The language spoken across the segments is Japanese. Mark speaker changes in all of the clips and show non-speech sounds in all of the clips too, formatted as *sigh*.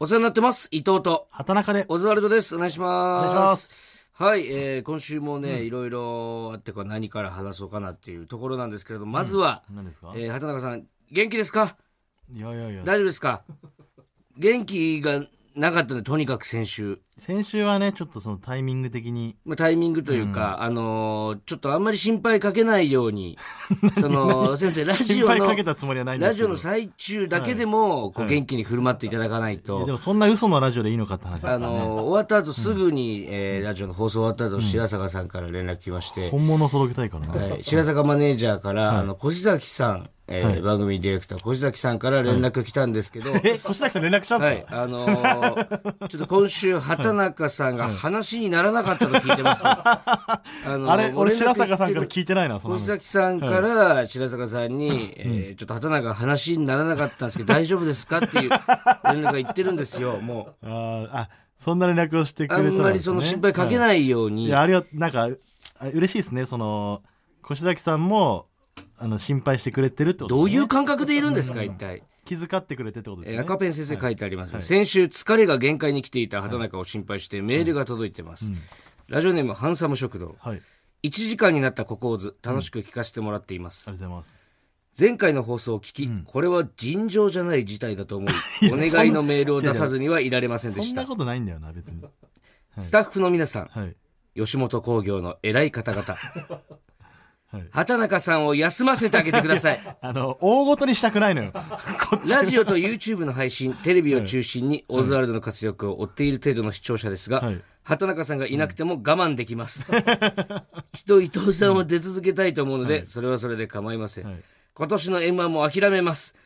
Speaker 1: お世話になってます。伊藤と、
Speaker 2: 畑中で。
Speaker 1: オズワルドです。お願いします。
Speaker 2: お願いします
Speaker 1: はい、えー、今週もね、いろいろあってか何から話そうかなっていうところなんですけれども、まずは、
Speaker 2: 何ですか
Speaker 1: えー、畑中さん、元気ですか
Speaker 2: いやいやいや。
Speaker 1: 大丈夫ですか元気がなかったので、とにかく先週。
Speaker 2: 先週はね、ちょっとそのタイミング的に。
Speaker 1: まあ、タイミングというか、あのーちょっとあんまり心配かけないように、
Speaker 2: *laughs*
Speaker 1: その、先生、ラジ
Speaker 2: 心
Speaker 1: オ
Speaker 2: 配かけ
Speaker 1: の、
Speaker 2: たつもりはないんです
Speaker 1: ラ
Speaker 2: け
Speaker 1: ジ
Speaker 2: ど。
Speaker 1: オの最中だけでも、こう、元気に振る舞っていただかないと
Speaker 2: いやで。もそんな嘘のラジオでいいのかって話ですか
Speaker 1: あ
Speaker 2: らね。
Speaker 1: のー終わった後すぐに、えーラジオの放送終わった後、白坂さんから連絡来まして、
Speaker 2: 本物を届けたいからね。
Speaker 1: はい白坂マネージャーから、あの、越崎さん、えー番組ディレクター、越崎さんから連絡来たんですけど、
Speaker 2: え、越崎さん連絡したん
Speaker 1: は
Speaker 2: です
Speaker 1: い、あのーちょっと今週、畑中さんが話にならなかったと聞いて
Speaker 2: *laughs*
Speaker 1: ます、あのー
Speaker 2: かあれ、
Speaker 1: もう
Speaker 2: 俺
Speaker 1: 連絡
Speaker 2: 白坂さんから聞いてないな、その
Speaker 1: 小
Speaker 2: 話。
Speaker 1: 崎さんから白坂さんに、えーちょっと畑中が話にならなかったんですけど、大丈夫ですかっていう連絡が言ってるんですよ、も
Speaker 2: あーあ、そんな連絡をして
Speaker 1: う。
Speaker 2: *laughs* くれ
Speaker 1: あ
Speaker 2: たら
Speaker 1: ん
Speaker 2: ですね、
Speaker 1: まりその心配かけ
Speaker 2: は
Speaker 1: ないよう
Speaker 2: い。
Speaker 1: に、
Speaker 2: いや、あれは、なんか、あ嬉しいですね、その、越崎さんも、あの、心配してくれてるってこと
Speaker 1: どう
Speaker 2: ですね
Speaker 1: いう感覚でいるんですか、一体。
Speaker 2: 気遣ってくれてってことです
Speaker 1: え
Speaker 2: ね。
Speaker 1: ー赤ペン先生書いてあります、先週疲れが限界に来ていた畑中を心配してメールが届いてます、ラジオネームハンサム食堂
Speaker 2: はい。あり
Speaker 1: 1時間になったココーズ楽しく聞かせてもらっています、
Speaker 2: がとうございます。
Speaker 1: 前回の放送を聞き、これは尋常じゃない事態だと *laughs* 思いお願いのメールを出さずにはいられませんで
Speaker 2: そん
Speaker 1: し
Speaker 2: な
Speaker 1: た
Speaker 2: ことないんだよな、別に。
Speaker 1: スタッフの皆さん
Speaker 2: はい。
Speaker 1: 吉本興業の偉い方々 *laughs*
Speaker 2: はい。
Speaker 1: 畑中さんを休ませてあげてください
Speaker 2: あの、大ごとにしたくないのよ。 *laughs* こっち
Speaker 1: ラジオと YouTube の配信、テレビを中心にオズワルドの活躍を追っている程度の視聴者ですが、
Speaker 2: はい
Speaker 1: 畑中さんがいなくても我慢でき
Speaker 2: *laughs*
Speaker 1: ます。人伊藤さんを出続けたいと思うので、それはそれで構いません。
Speaker 2: はい
Speaker 1: 今年の M1 も諦め
Speaker 2: *laughs*
Speaker 1: ます。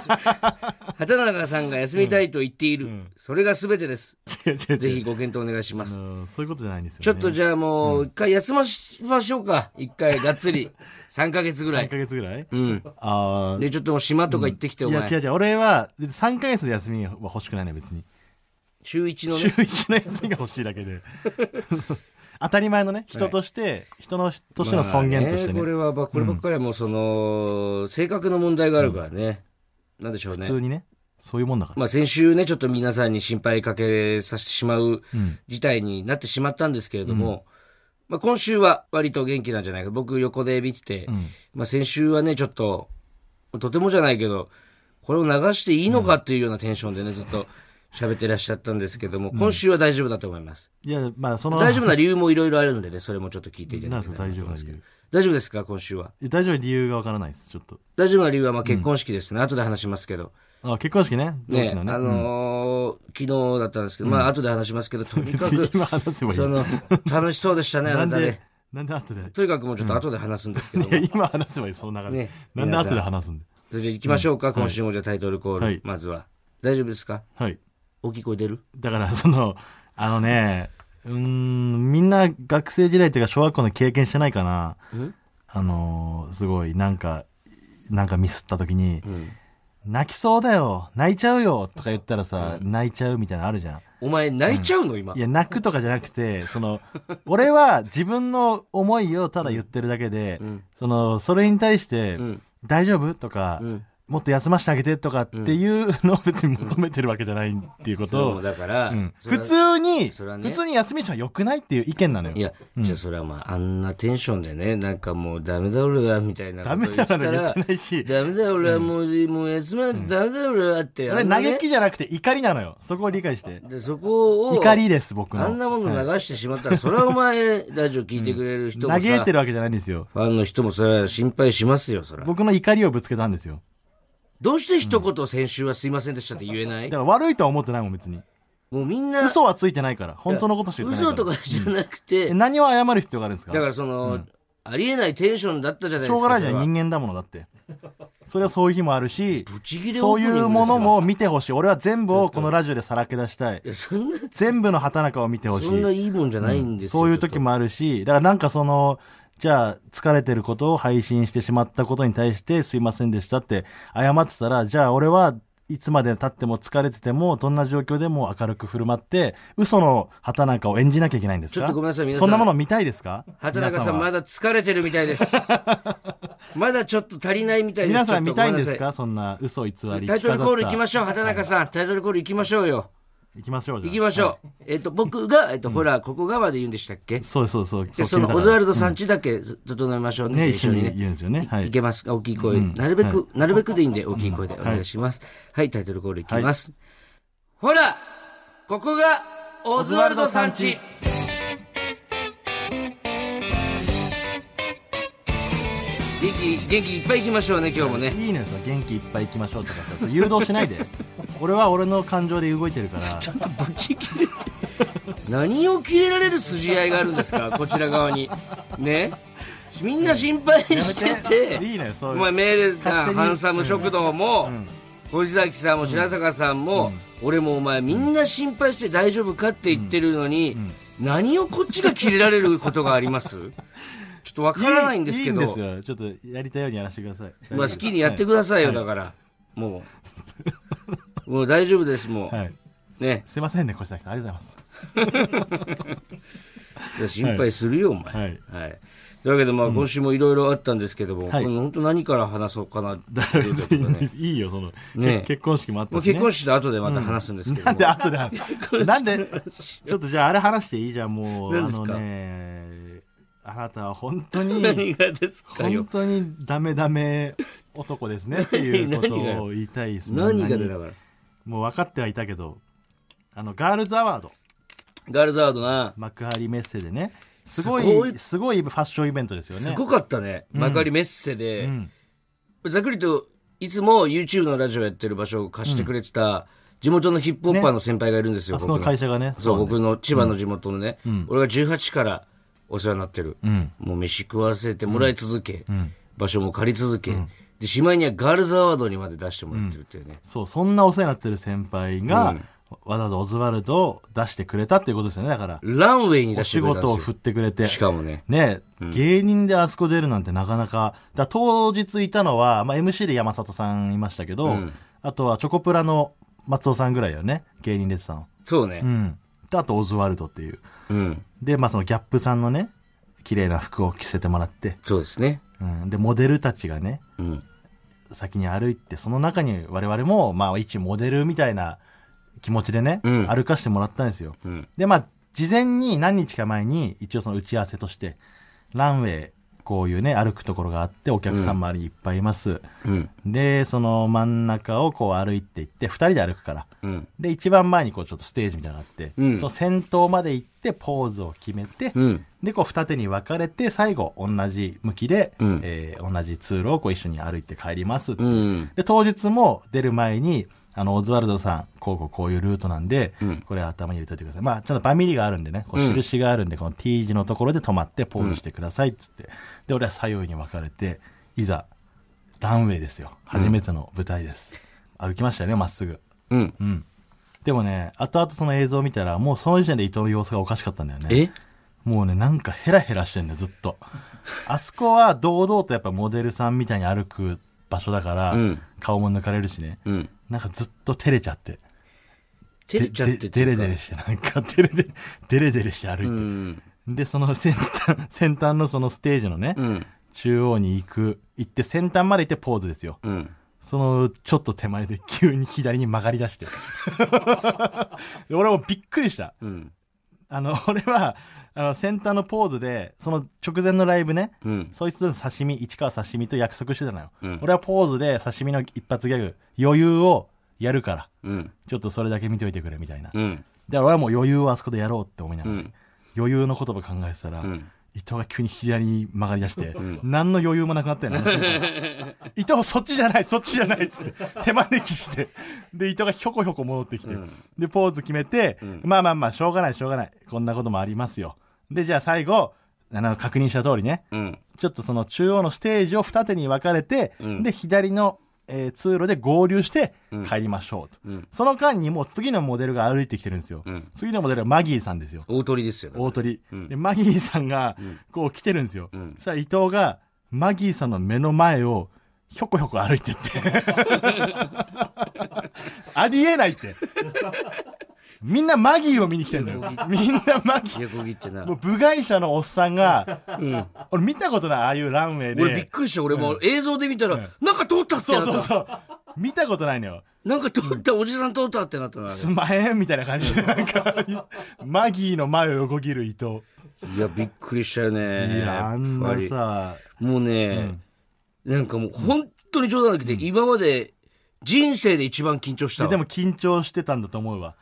Speaker 1: 畑中さんが休みたいと言っている。それが全てです。
Speaker 2: 違う違う
Speaker 1: ぜ
Speaker 2: 違う。
Speaker 1: ひご検討お願いします
Speaker 2: あ。のそういうことじゃないんですよ、ね。
Speaker 1: ちょっとじゃあもう一回休ましましょうか。一回がっつり。3ヶ月ぐら
Speaker 2: 3
Speaker 1: い。
Speaker 2: ヶ月ぐらい、
Speaker 1: うん。
Speaker 2: あ
Speaker 1: で、ちょっともう島とか行ってきて、
Speaker 2: あ。
Speaker 1: お
Speaker 2: いや、
Speaker 1: 前
Speaker 2: 違う。違う。俺は、別に3ヶ月で休みは欲しくないね、別に。
Speaker 1: 週一の
Speaker 2: 週
Speaker 1: ね。
Speaker 2: 1の休みが欲しいだけで。 *laughs* 当たり前のね、人として、人の、としての尊厳としてね。
Speaker 1: まあこれは、まあこればっかりはもうその、性格の問題があるからね。なんでしょうね
Speaker 2: 普。通にね、そういうもんだから。
Speaker 1: まあ先週ね、ちょっと皆さんに心配かけさせてしまう事態になってしまったんですけれども、まあ今週は割と元気なんじゃないか。僕横で見てて、まあ先週はね、ちょっと、とてもじゃないけど、これを流していいのかっていうようなテンションでね、ずっと喋ってらっしゃったんですけども、今週は大丈夫だと思います。
Speaker 2: いや、まあ、その、
Speaker 1: 大丈夫な理由もいろいろあるのでね、それもちょっと聞いていた
Speaker 2: な
Speaker 1: だ
Speaker 2: ん
Speaker 1: き
Speaker 2: で
Speaker 1: たい
Speaker 2: すか
Speaker 1: なと
Speaker 2: 大丈
Speaker 1: 思いま
Speaker 2: 夫な
Speaker 1: すけ
Speaker 2: 理
Speaker 1: ど
Speaker 2: 由。。
Speaker 1: 大丈夫ですか、今週は。
Speaker 2: 大丈夫な理由がわからないです、ちょっと。
Speaker 1: 大丈夫な理由はまあ結婚式ですね、後で話しますけど、
Speaker 2: あ、結婚式ね、同
Speaker 1: ね
Speaker 2: 期のね。
Speaker 1: あのー昨日だったんですけど、まあ後で話しますけど、とにか
Speaker 2: 別に
Speaker 1: く、
Speaker 2: 今話 *laughs* せばいい
Speaker 1: そ
Speaker 2: よ。
Speaker 1: の、楽しそうでしたね、あ
Speaker 2: *laughs* な
Speaker 1: なんた
Speaker 2: で
Speaker 1: ね。、
Speaker 2: なんで後で。
Speaker 1: とにかくもうちょっと後で話すんですけど
Speaker 2: いや、今話せばいい、その流れ
Speaker 1: ね。
Speaker 2: なんで後で話すんで。
Speaker 1: それじゃあ行きましょうか、今週もじゃあタイトルコール、
Speaker 2: はい
Speaker 1: まずは。大丈夫ですか
Speaker 2: はい。
Speaker 1: 大きい声出る
Speaker 2: だから、その、あのね、うーん、みんな学生時代というか小学校の経験してないかな。あのー、すごい、なんか、なんかミスった時に、泣きそうだよ、泣いちゃうよ、とか言ったらさ、泣いちゃうみたいなのあるじゃん。
Speaker 1: お前泣いちゃうの、今
Speaker 2: い。や、泣くとかじゃなくて、その、俺は自分の思いをただ言ってるだけで、その、それに対して、
Speaker 1: ん
Speaker 2: 大丈夫とか、
Speaker 1: ん
Speaker 2: もっと休ませてあげてとかっていうのを別に求めてるわけじゃないっていうこ
Speaker 1: そ
Speaker 2: と
Speaker 1: う
Speaker 2: を、
Speaker 1: だから、
Speaker 2: うん
Speaker 1: それ
Speaker 2: 普
Speaker 1: は
Speaker 2: 通に、
Speaker 1: それはね
Speaker 2: 普通に休みちゃ良くないっていう意見なのよ。
Speaker 1: いや、じゃあそれはまあ、あんなテンションでね、なんかもうダメだ俺は、みたいな
Speaker 2: ダ
Speaker 1: こ
Speaker 2: メ
Speaker 1: と言った
Speaker 2: だなの言っ
Speaker 1: ら
Speaker 2: て、ないし、
Speaker 1: ダメだ俺はもう、もう休まないとダメだ俺はって。
Speaker 2: それ
Speaker 1: あんな
Speaker 2: 嘆
Speaker 1: ね
Speaker 2: きじゃなくて怒りなのよ。そこを理解して。
Speaker 1: でそこを
Speaker 2: 怒りです、僕
Speaker 1: あん
Speaker 2: の。
Speaker 1: なもの流してしまったら、それはお前、ラジオ聞いてくれる人もさ、
Speaker 2: 嘆いてるわけじゃないんですよ。
Speaker 1: ファンの人もそれは心配しますよ、それは。
Speaker 2: 僕の怒りをぶつけたんですよ。
Speaker 1: どうして一言先週はすいませんでしたって言えない
Speaker 2: だから悪いとは思ってないもん、別に。
Speaker 1: もうみんな、
Speaker 2: 嘘はついてないから。本当のことしか言ってない
Speaker 1: 嘘
Speaker 2: から。
Speaker 1: とかじゃなく
Speaker 2: え
Speaker 1: て、
Speaker 2: 何を謝る必要があるんですか
Speaker 1: だからその、ありえないテンションだったじゃないです
Speaker 2: し
Speaker 1: か。
Speaker 2: ょうがない
Speaker 1: そ
Speaker 2: じゃ
Speaker 1: れ
Speaker 2: ん
Speaker 1: は
Speaker 2: 人間だものだってそれはそういう日もあるし
Speaker 1: ブチギレ
Speaker 2: そうい
Speaker 1: オープニン
Speaker 2: う
Speaker 1: グですよ
Speaker 2: ものも見てほしい俺は全部をこのラジオでさらけ出したい
Speaker 1: いやそんな、
Speaker 2: 全部の畑中を見てほし
Speaker 1: そんないいいもんじゃないんですよ。
Speaker 2: そういう時もあるしだからなんかそのじゃあ疲れてることを配信してしまったことに対してすいませんでしたって謝ってたらじゃあ俺はいつまで経っても疲れてても、どんな状況でも明るく振る舞って、嘘の旗なんかを演じなきゃいけないんですか
Speaker 1: ちょっとごめんなさい皆さん
Speaker 2: そんなもの見たいですか
Speaker 1: 畑中さん、ま
Speaker 2: だ。
Speaker 1: だ疲れてるみたいです。まだちょっと足りないみたいです。
Speaker 2: 皆さん
Speaker 1: ちょ
Speaker 2: 見
Speaker 1: っと
Speaker 2: た
Speaker 1: ご
Speaker 2: い
Speaker 1: め
Speaker 2: ん
Speaker 1: な
Speaker 2: で
Speaker 1: さ
Speaker 2: すかそんな嘘を偽り。
Speaker 1: タイトルコール行き
Speaker 2: 着飾った
Speaker 1: ましょう、畑中さん。タイトルコール行きましょうよ。
Speaker 2: 行きましょうじゃ
Speaker 1: 行
Speaker 2: あ。
Speaker 1: きましょう。えっと、僕が、えっと、ほら、ここがまで言うんでしたっけ
Speaker 2: そうそうそう。
Speaker 1: じゃあ
Speaker 2: そう
Speaker 1: そ
Speaker 2: 決めた
Speaker 1: の、
Speaker 2: から
Speaker 1: オズワルドさんちだけ、整えましょうね。
Speaker 2: ね、一緒に言うんですよね。はいい。
Speaker 1: けますか大きい声。なるべく、なるべくでいいんで、大きい声でお願いします。はい、タイトルコールいきます。ほらここが、オズワルドさんち元気、元気いっぱいいきましょうね、今日もね。
Speaker 2: いいのよ、その元気いっぱい行きましょうとかさ、それ誘導しな
Speaker 1: *laughs*
Speaker 2: いで。俺は俺の感情で動いてるから。
Speaker 1: ちゃんとぶち切れて。 *laughs* 何を切れられる筋合いがあるんですか、こちら側に。ねみんな心配してて。
Speaker 2: いいのよ、そう
Speaker 1: お
Speaker 2: いう。
Speaker 1: 前メールな
Speaker 2: 勝手に
Speaker 1: ハンサム食堂も、小崎さんも白坂さんも、俺もお前みんな心配して大丈夫かって言ってるのに、何をこっちが切れられることがあります
Speaker 2: *laughs*
Speaker 1: ちょっとわからないんですけど
Speaker 2: いいんですよ。ちょっとやりたいようにやらせてください。
Speaker 1: まあ、好きにやってくださいよ、だから、もうもう大丈夫ですもう、
Speaker 2: はい。はい
Speaker 1: ね
Speaker 2: すいませんね、小崎さん。ありがとうございます。
Speaker 1: いや心配するよ、お前
Speaker 2: はい
Speaker 1: はいというわけで、まあ、今週もいろいろあったんですけども、
Speaker 2: はい
Speaker 1: これ本当何から話そうかなって
Speaker 2: だ
Speaker 1: い
Speaker 2: から
Speaker 1: う
Speaker 2: 別
Speaker 1: ところがね
Speaker 2: にいいよ、その、
Speaker 1: ねえ
Speaker 2: 結婚式もあっ
Speaker 1: も
Speaker 2: た
Speaker 1: う
Speaker 2: し、ね。
Speaker 1: 結婚式の後でまた話すんですけども、
Speaker 2: なんで後で話すなんで、ちょっとじゃああれ話していいじゃん、もう。
Speaker 1: 何
Speaker 2: あ
Speaker 1: です
Speaker 2: の
Speaker 1: か
Speaker 2: ね、あなたは本当
Speaker 1: *laughs*
Speaker 2: に、
Speaker 1: 何がですか
Speaker 2: 本
Speaker 1: よ。
Speaker 2: 当にダメダメ男ですねっていうことを言いたいですもん
Speaker 1: 何がでだから。
Speaker 2: もう分かってはいたけど、あの、ガールズアワード、
Speaker 1: ガールズワードな、
Speaker 2: 幕張メッセでね、すごい、
Speaker 1: す
Speaker 2: す
Speaker 1: ご
Speaker 2: ご
Speaker 1: い
Speaker 2: いファッションイベントですよね。
Speaker 1: すごかったね。幕張メッセで
Speaker 2: う、ん
Speaker 1: ざっくりと、いつも YouTube のラジオやってる場所を貸してくれてた、地元のヒップホッパーの先輩がいるんですよ、
Speaker 2: あそこ
Speaker 1: 僕
Speaker 2: の会
Speaker 1: の。
Speaker 2: 社がね、
Speaker 1: そう、
Speaker 2: ね
Speaker 1: 僕の千葉の地元のね、俺が18からお世話になってる。
Speaker 2: うん。
Speaker 1: もう飯食わせてもらい続け、場所も借り続け、で、しまいにはガールズアワードにまで出してもらってるっていうね。
Speaker 2: そう、そんなお世話になってる先輩が、わざわざオズワルドを出してくれたっていうことですよね、だから。
Speaker 1: ランウェイに出
Speaker 2: お
Speaker 1: して
Speaker 2: 仕
Speaker 1: くれたん
Speaker 2: 事を
Speaker 1: です
Speaker 2: 振
Speaker 1: よ。
Speaker 2: ってくれて。
Speaker 1: しかもね。
Speaker 2: ね、芸人であそこ出るなんてなかなか、だ当日いたのは、まあ、MC で山里さんいましたけど、あとはチョコプラの松尾さんぐらいよね、芸人出てたの。
Speaker 1: そう
Speaker 2: う
Speaker 1: ね。
Speaker 2: ん。であとオズワルドっていう。
Speaker 1: うん。
Speaker 2: で、まあそのギャップさんのね、綺麗な服を着せてもらって、
Speaker 1: そうですね。
Speaker 2: うん。で、モデルたちがね、
Speaker 1: うん。
Speaker 2: 先に歩いて、その中に我々も、まあ一モデルみたいな気持ちでね、
Speaker 1: うん
Speaker 2: 歩かしてもらったんですよ。
Speaker 1: うん。
Speaker 2: で、まあ、事前に何日か前に、一応その打ち合わせとして、ランウェイ、こういうね、歩くところがあって、お客さん周りいっぱいいます。
Speaker 1: うん。
Speaker 2: で、その真ん中をこう歩いていって、二人で歩くから。
Speaker 1: うん。
Speaker 2: で、一番前にこうちょっとステージみたいなのがあって、
Speaker 1: うん
Speaker 2: その先頭まで行って、ポーズを決めて、
Speaker 1: うん。
Speaker 2: で、こう二手に分かれて、最後、同じ向きで、
Speaker 1: うん
Speaker 2: えー同じ通路をこう一緒に歩いて帰りますっていう
Speaker 1: うん。
Speaker 2: で、当日も出る前に、あの、オズワルドさん、こうこうこういうルートなんで、
Speaker 1: うん
Speaker 2: これ頭に入れといてください。まあ、ちょっとバミリがあるんでね、こう
Speaker 1: うん
Speaker 2: 印があるんで、この T 字のところで止まってポーズしてくださいっつって。で、俺は左右に分かれて、いざ、ランウェイですよ。初めての舞台です。歩きましたよね、まっすぐ。
Speaker 1: うん。
Speaker 2: うん。でもね、後々その映像を見たら、もうその時点で伊藤の様子がおかしかったんだよね。
Speaker 1: え
Speaker 2: もうね、なんかヘラヘラしてんだよ、ずっ
Speaker 1: *laughs*
Speaker 2: と。あそこは堂々とやっぱモデルさんみたいに歩く場所だから、
Speaker 1: うん
Speaker 2: 顔も抜かれるしね。
Speaker 1: うん。
Speaker 2: なんかずっと照れちゃって。
Speaker 1: 照れちゃって
Speaker 2: ででデレデレして、なんか照れで、 *laughs* デレデレして歩いて。
Speaker 1: うん。
Speaker 2: で、その先端、 *laughs* 先端のそのステージのね、
Speaker 1: うん。
Speaker 2: 中央に行く、行って先端まで行ってポーズですよ。
Speaker 1: うん。
Speaker 2: その、ちょっと手前で急に左に曲がり
Speaker 1: *laughs*
Speaker 2: 出して。で俺もびっくりした。
Speaker 1: うん。
Speaker 2: あの、俺は、あの、先端のポーズで、その直前のライブね、
Speaker 1: うん。
Speaker 2: そいつとの刺身、市川刺身と約束してたのよ。
Speaker 1: うん
Speaker 2: 俺はポーズで刺身の一発ギャグ、余裕をやるから、
Speaker 1: うん。
Speaker 2: ちょっとそれだけ見ておいてくれ、みたいな。
Speaker 1: うん。
Speaker 2: で、俺はもう余裕をあそこでやろうって思いなが
Speaker 1: う
Speaker 2: ら、
Speaker 1: ん。
Speaker 2: 余裕の言葉考えてたら、
Speaker 1: うん。
Speaker 2: 伊藤が急に左に曲がり出して、何の余裕もなくなったよ
Speaker 1: *laughs*
Speaker 2: ね。伊藤、そっちじゃない、そっちじゃないっつって、手招きして、で、伊藤がひょこひょこ戻ってきて、で、ポーズ決めて、まあまあまあ、しょうがない、しょうがない。こんなこともありますよ。で、じゃあ最後、あの、確認した通りね、
Speaker 1: うん。
Speaker 2: ちょっとその中央のステージを二手に分かれて、で、左の、えー通路で合流して帰りましょうと。
Speaker 1: ん
Speaker 2: その間にもう次のモデルが歩いてきてるんですよ。
Speaker 1: ん
Speaker 2: 次のモデルはマギーさんですよ。
Speaker 1: 大鳥ですよ。
Speaker 2: 大鳥、で、マギーさんが、こう来てるんですよ。
Speaker 1: ん
Speaker 2: そしたら伊藤が、 *laughs* マギーさんの目の前を、ひょこひょこ歩いてって。ありえないって。みんなマギーを見に来てんのよ。みんなマギー。
Speaker 1: 横切ってな
Speaker 2: もう。部外者のおっさんが、俺見たことない、ああいうランウェイで。
Speaker 1: 俺びっくりした。俺も映像で見たら、なんか通ったって
Speaker 2: そ
Speaker 1: な
Speaker 2: う
Speaker 1: っ
Speaker 2: そう
Speaker 1: た。
Speaker 2: そう。見たことないのよ。
Speaker 1: なんか通った、おじさん通ったってなったな。あれ
Speaker 2: すんまへんみたいな感じで、なんか、マギーの前を横切る伊藤。
Speaker 1: いや、びっくりしたよね。
Speaker 2: いや、あん
Speaker 1: やっ
Speaker 2: ま
Speaker 1: ぱり
Speaker 2: りさ、
Speaker 1: もうね、なんかもう本当に冗談なくて、今まで人生で一番緊張した
Speaker 2: で
Speaker 1: わ。
Speaker 2: でも緊張してたんだと思うわ。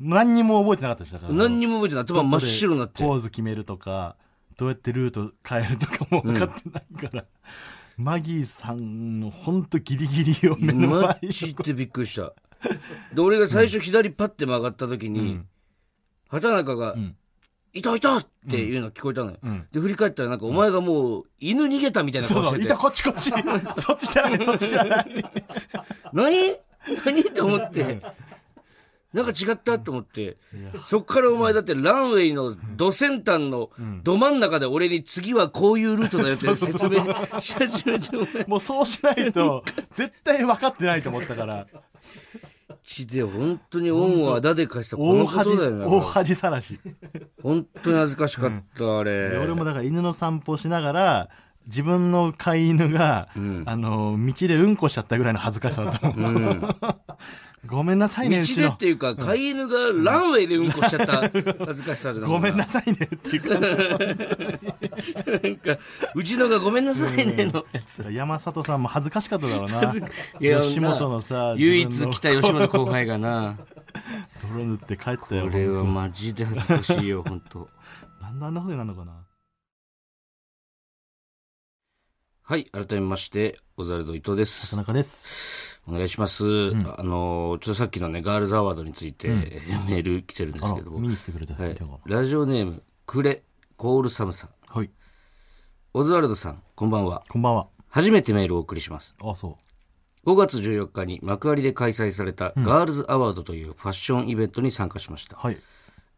Speaker 2: 何にも覚えてなかったでしょだから。
Speaker 1: 何にも覚えてない。頭真っ白になって。
Speaker 2: ポーズ決めるとか、どうやってルート変えるとかも分かってないから。マギーさんのほんとギリギリを目の
Speaker 1: マ
Speaker 2: 前
Speaker 1: ジでびっくりした。で、俺が最初左パッて曲がった時に、畑中が、いたいたっていうの聞こえたのよ。で、振り返ったらなんかお前がもう犬逃げたみたいな
Speaker 2: そ
Speaker 1: 顔
Speaker 2: う
Speaker 1: し
Speaker 2: そ
Speaker 1: て
Speaker 2: う、
Speaker 1: て。
Speaker 2: いた、こっちこっち。そっちじゃない、そっちじゃ
Speaker 1: *laughs*
Speaker 2: ない。
Speaker 1: 何何と思って。なんか違ったと思って。そっからお前だってランウェイのド先端のど真ん中で俺に次はこういうルートだよって説明し始めてお前。
Speaker 2: もうそうしないと、絶対分かってないと思ったから、
Speaker 1: ちで本当に恩をあだで返したこ
Speaker 2: 大
Speaker 1: のこ
Speaker 2: 恥
Speaker 1: とだよ、な。
Speaker 2: 大恥さらし。
Speaker 1: 本当に恥ずかしかった、あれ。
Speaker 2: 俺もだから犬の散歩しながら、自分の飼い犬が、あの、道でうんこしちゃったぐらいの恥ずかしさだったもん。 *laughs* ごめんなさいね、う
Speaker 1: 道
Speaker 2: ち
Speaker 1: で
Speaker 2: の
Speaker 1: って。いうか、飼い犬がランウェイでうんこしちゃった恥ずかしさで。
Speaker 2: ごめんなさいねってい
Speaker 1: *laughs*
Speaker 2: うか、
Speaker 1: なんか、うちのがごめんなさいねのやつ。
Speaker 2: 山里さんも恥ずかしかっただろうな。
Speaker 1: いや
Speaker 2: 吉本のさ、
Speaker 1: 唯
Speaker 2: 自
Speaker 1: 一
Speaker 2: 分の
Speaker 1: 来た吉本後輩がな。
Speaker 2: 泥塗って帰ったよ。
Speaker 1: 俺はマジで恥ずかしい
Speaker 2: *laughs*
Speaker 1: よ、本当。
Speaker 2: なんであんなことになるのかな。
Speaker 1: はい、改めまして、オザルド伊藤で
Speaker 2: 田
Speaker 1: す。
Speaker 2: 中です。
Speaker 1: お願いします。あの、ちょっとさっきのね、ガールズアワードについて、えー *laughs* メール来てるんで
Speaker 2: あ
Speaker 1: す
Speaker 2: ら
Speaker 1: けど
Speaker 2: 見
Speaker 1: も、
Speaker 2: に来てくれた
Speaker 1: はい
Speaker 2: 人が。
Speaker 1: ラジオネーム、クレ、コールサムさん。
Speaker 2: はい。
Speaker 1: オズワルドさん、こんばんは。
Speaker 2: こんばんは。
Speaker 1: 初めてメールをお送りします。
Speaker 2: あ、そ
Speaker 1: 5月14日に幕張で開催されたガールズアワードというファッションイベントに参加しました
Speaker 2: う。。はい。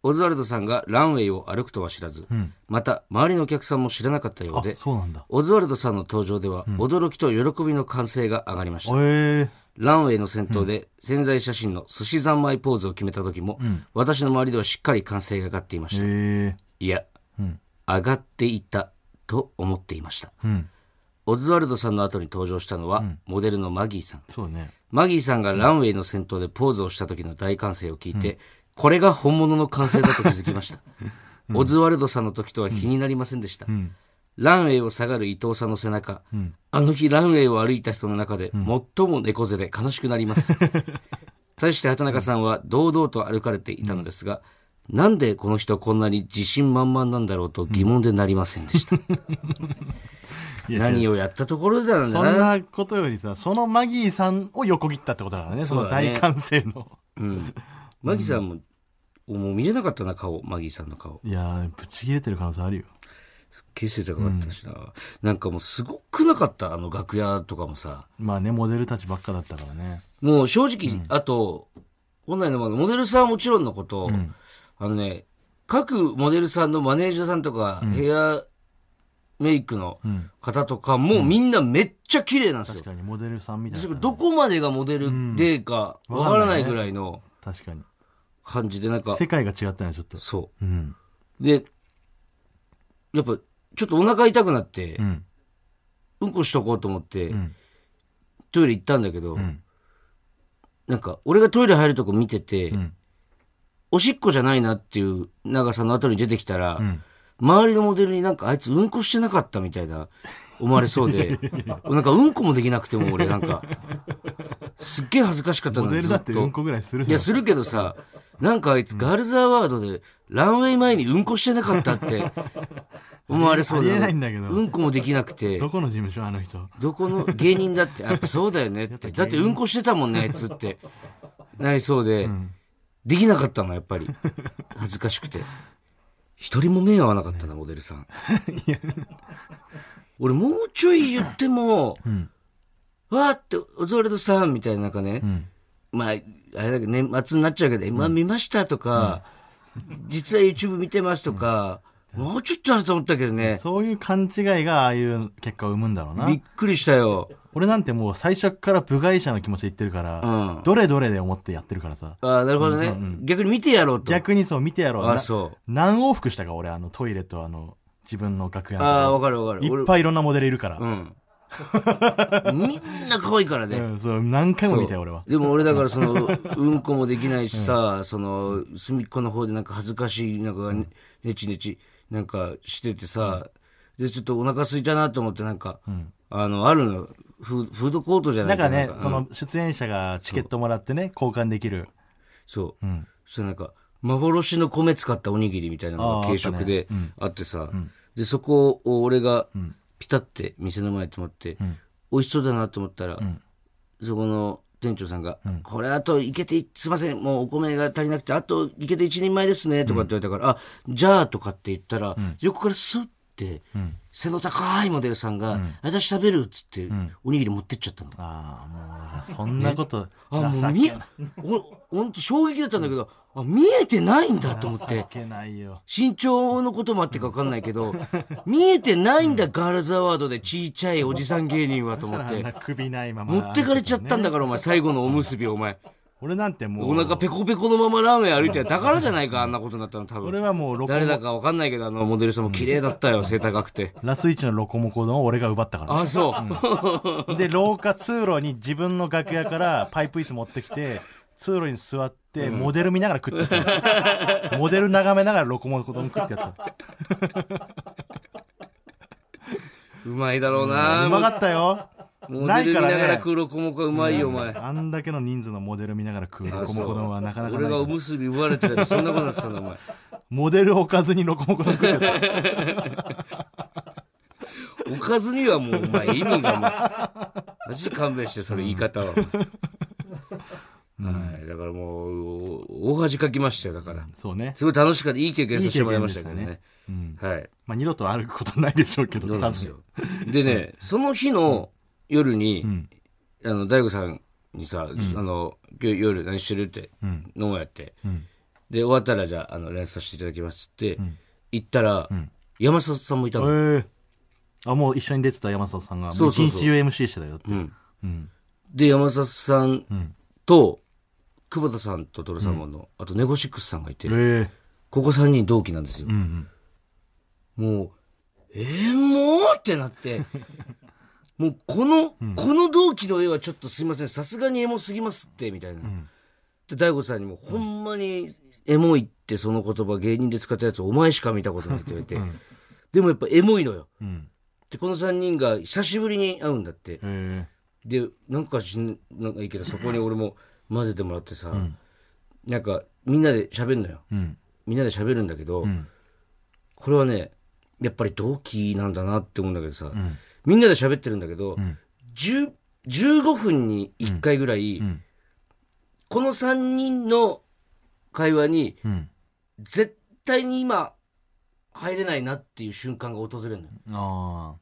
Speaker 1: オズワルドさんがランウェイを歩くとは知らず、また周りのお客さんも知らなかったよう
Speaker 2: あ
Speaker 1: で、
Speaker 2: そうなんだ。
Speaker 1: オズワルドさんの登場では驚きと喜びの歓声が上がりました。
Speaker 2: ええ。
Speaker 1: ランウェイの先頭で潜在写真の寿司三昧ポーズを決めた時も、私の周りではしっかり歓声が上がっていました。
Speaker 2: ええ。
Speaker 1: いや、上がっていたと思っていました。
Speaker 2: うん。
Speaker 1: オズワルドさんの後に登場したのは、モデルのマギーさん。
Speaker 2: そうね。
Speaker 1: マギーさんがランウェイの先頭でポーズをした時の大歓声を聞いて、これが本物の歓声だと気づきました。オズワルドさんの時とは気になりませんでした。ランウェイを下がる伊藤さんの背中、あの日ランウェイを歩いた人の中で最も猫背で悲しくなります。対して畑中さんは堂々と歩かれていたのですが、なんでこの人こんなに自信満々なんだろうと疑問でなりませんでした。
Speaker 2: いや
Speaker 1: 何をやったところでなん
Speaker 2: そ
Speaker 1: だ
Speaker 2: ん
Speaker 1: な。
Speaker 2: なことよりさ、そのマギーさんを横切ったってことだからね、その
Speaker 1: そうだね
Speaker 2: 大歓声の。
Speaker 1: マギーさんも、もう見れなかったな、顔、マギーさんの顔。
Speaker 2: *laughs* いやー、ぶち切れてる可能性あるよ。
Speaker 1: 結成高かったしな、なんかもうすごくなかったあの楽屋とかもさ
Speaker 2: まあね、モデルたちばっかだったからね。
Speaker 1: もう正直、あと本来のモデルさんはもちろんのこと、あのね各モデルさんのマネージャーさんとか、ヘアメイクの方とかも、みんなめっちゃ綺麗なんですよ
Speaker 2: 確、かに、モデルさんみたいな。
Speaker 1: どこまでがモデルでかわからないぐらいの
Speaker 2: 確かに。
Speaker 1: 感じでなんか、
Speaker 2: 世界が違ったね、ちょっと。
Speaker 1: そ
Speaker 2: うん。
Speaker 1: うでやっぱちょっとお腹痛くなって、
Speaker 2: うん。
Speaker 1: うんこしとこうと思って、
Speaker 2: ん
Speaker 1: トイレ行ったんだけど、なんか、俺がトイレ入るとこ見てて、
Speaker 2: ん
Speaker 1: おしっこじゃないなっていう長さの後に出てきたら、
Speaker 2: ん
Speaker 1: 周りのモデルになんかあいつうんこしてなかったみたいな思われそう
Speaker 2: *laughs*
Speaker 1: で、なんかうんこもできなくても俺なんか、すっげえ恥ずかしかったの
Speaker 2: モデ
Speaker 1: に
Speaker 2: ル
Speaker 1: ず
Speaker 2: だ
Speaker 1: っ
Speaker 2: って
Speaker 1: と。
Speaker 2: うんこぐらいする
Speaker 1: い
Speaker 2: だ
Speaker 1: や、
Speaker 2: ろ。
Speaker 1: するけどさ、なんかあいつガールズアワードでランウェイ前にうんこしてなかった
Speaker 2: *laughs*
Speaker 1: って思われそう
Speaker 2: ありえないんだけど
Speaker 1: うんこもできなくて。
Speaker 2: どこの事務所、あの人。
Speaker 1: どこの芸人だって、やっぱそうだよねって。だってうんこしてたもんね、あいつって。なりそうで、できなかったの、やっぱり。恥ずかしくて。一人も目合わなかったな、モデルさん。俺もうちょい言っても、わーって、オズワルドさんみたいななんかね、まあ、あれだけど年末になっちゃうけど、今見ましたとか、実は YouTube 見てますとか、もうちょっとあると思ったけどね。
Speaker 2: そういう勘違いがああいう結果を生むんだろうな
Speaker 1: びっ。くりしたよ。
Speaker 2: 俺なんてもう最初から部外者の気持ちで言ってるから、
Speaker 1: うん
Speaker 2: どれどれで思ってやってるからさ。
Speaker 1: ああ、なるほどね、逆に見てやろうと。
Speaker 2: 逆にそう見てやろう
Speaker 1: あ
Speaker 2: な
Speaker 1: そう
Speaker 2: 何往復したか俺あのトイレとあの自分の楽屋のとこ
Speaker 1: ああ、わかるわかる。
Speaker 2: いっぱいいろんなモデルいるから、う
Speaker 1: 俺
Speaker 2: ん
Speaker 1: うん。みんな可愛いからね。
Speaker 2: そう何回も見たよ俺は
Speaker 1: でも俺だからそ
Speaker 2: *laughs*
Speaker 1: の、うんこもできないしさ、その、隅っこの方でなんか恥ずかしい、なんかね、ねちねち、なんかしててさ、で、ちょっとお腹空いたなと思ってなんか、あの、あるの、フーフードコートじゃな
Speaker 2: ないん
Speaker 1: けど
Speaker 2: かね
Speaker 1: なんか
Speaker 2: その出演者がチケットもらってね交換できる
Speaker 1: そう。そしたらなんか、幻の米使ったおにぎりみたいなの
Speaker 2: あ
Speaker 1: が
Speaker 2: ー
Speaker 1: 軽食であってさ、で、そこを俺がピタって店の前に止まって、美味しそうだなと思ったら、そこの店長さんが、これあといけて、すいません、もうお米が足りなくて、あといけて一人前ですね、とかって言われたから、あ、じゃあとかって言ったら、横からスッて、背の高いモデルさんが、私食べるっつって、おにぎり持ってっちゃったの。
Speaker 2: ああもうそんなこと
Speaker 1: あ、もう
Speaker 2: 情
Speaker 1: 見え、ほ *laughs* ほんと衝撃だったんだけど、あ、見えてないんだと思って。
Speaker 2: けないよ
Speaker 1: 身長のこともあってか分かんないけど、 *laughs* 見えてないんだ、ガールズアワードでちいちゃいおじさん芸人はと思
Speaker 2: だ
Speaker 1: っ
Speaker 2: からあんな
Speaker 1: て。
Speaker 2: 首ないまま
Speaker 1: 持ってかれちゃったん
Speaker 2: ね
Speaker 1: だから、お前、最後のおむすび、お前。
Speaker 2: 俺なんても
Speaker 1: お
Speaker 2: う
Speaker 1: 腹ペコペコのままラーメン歩いて、だからじゃないか、あんなことになったの、多
Speaker 2: 俺
Speaker 1: 分。
Speaker 2: はもうロコ
Speaker 1: 誰だか分かんないけど、あのモデルさんも綺麗だったよ、背高くて。
Speaker 2: ラスイチのロコモコ丼を俺が奪ったから
Speaker 1: あ、そう。
Speaker 2: で廊下通路に自分の楽屋からパイプ椅子持ってきて通路に座ってモデル見ながら食っ
Speaker 1: *laughs*
Speaker 2: てた、モデル眺めながらロコモコ丼食ってやった
Speaker 1: うまいだろうな。
Speaker 2: うまかったよ
Speaker 1: モデ
Speaker 2: ない
Speaker 1: ル見
Speaker 2: か
Speaker 1: な
Speaker 2: らね
Speaker 1: がら食うロコモコうまいよ、お前。
Speaker 2: あんだけの人数のモデル見ながら食うロコモコ丼はなかなかな
Speaker 1: 俺
Speaker 2: い
Speaker 1: がお
Speaker 2: から
Speaker 1: むすび奪われてたらそんなことになってたんだお前
Speaker 2: モデルおかずにロコモコ丼食ってた
Speaker 1: *laughs* おかずにはもうお前意味がお前マジ勘弁してそれ言い方は、お前はいだからもうお大恥かきましたよだから
Speaker 2: そうね、
Speaker 1: すごい楽しかったいい経験させてもらいましたけどね
Speaker 2: いい経験でうん
Speaker 1: はい
Speaker 2: まあ、二度と歩くことないでしょうけど
Speaker 1: そうなんです
Speaker 2: 多
Speaker 1: よでねその日の夜に、
Speaker 2: ん
Speaker 1: あの大悟さんにさ、あの今日夜何してるって
Speaker 2: うん
Speaker 1: 飲もうやって、
Speaker 2: ん
Speaker 1: で終わったらじゃああの連絡させていただきますって、行ったら、山里さんもいたの
Speaker 2: 分へえあもう一緒に出てた山里さんが
Speaker 1: そうそうそう
Speaker 2: も一日中 MC してたよだって、
Speaker 1: で、山里さんと、久保田さんとトロサーモンの、あとネゴシックスさんがいて、
Speaker 2: へえ
Speaker 1: ここ3人同期なんですよ。
Speaker 2: うんうん
Speaker 1: もう、えー、もうってな *laughs* って、もうこの、この同期の絵はちょっとすいません、さすがにエモすぎますって、みたいな。で、大悟さんにも、ほんまにエモいってその言葉芸人で使ったやつお前しか見たことないって言われて、でもやっぱエモいのよ。
Speaker 2: うん
Speaker 1: で、この3人が久しぶりに会うんだって。
Speaker 2: へ
Speaker 1: でなんかしんなんかいいけどそこに俺も混ぜてもらってさ、なんかみんなで喋るのよ
Speaker 2: えうん
Speaker 1: みんなで喋るんだけど、
Speaker 2: ん
Speaker 1: これはねやっぱり同期なんだなって思うんだけどさ、みんなで喋ってるんだけど、10 15分に1回ぐらい、
Speaker 2: ん
Speaker 1: この3人の会話に
Speaker 2: うん
Speaker 1: 絶対に今入れないなっていう瞬間が訪れるのよ。
Speaker 2: あ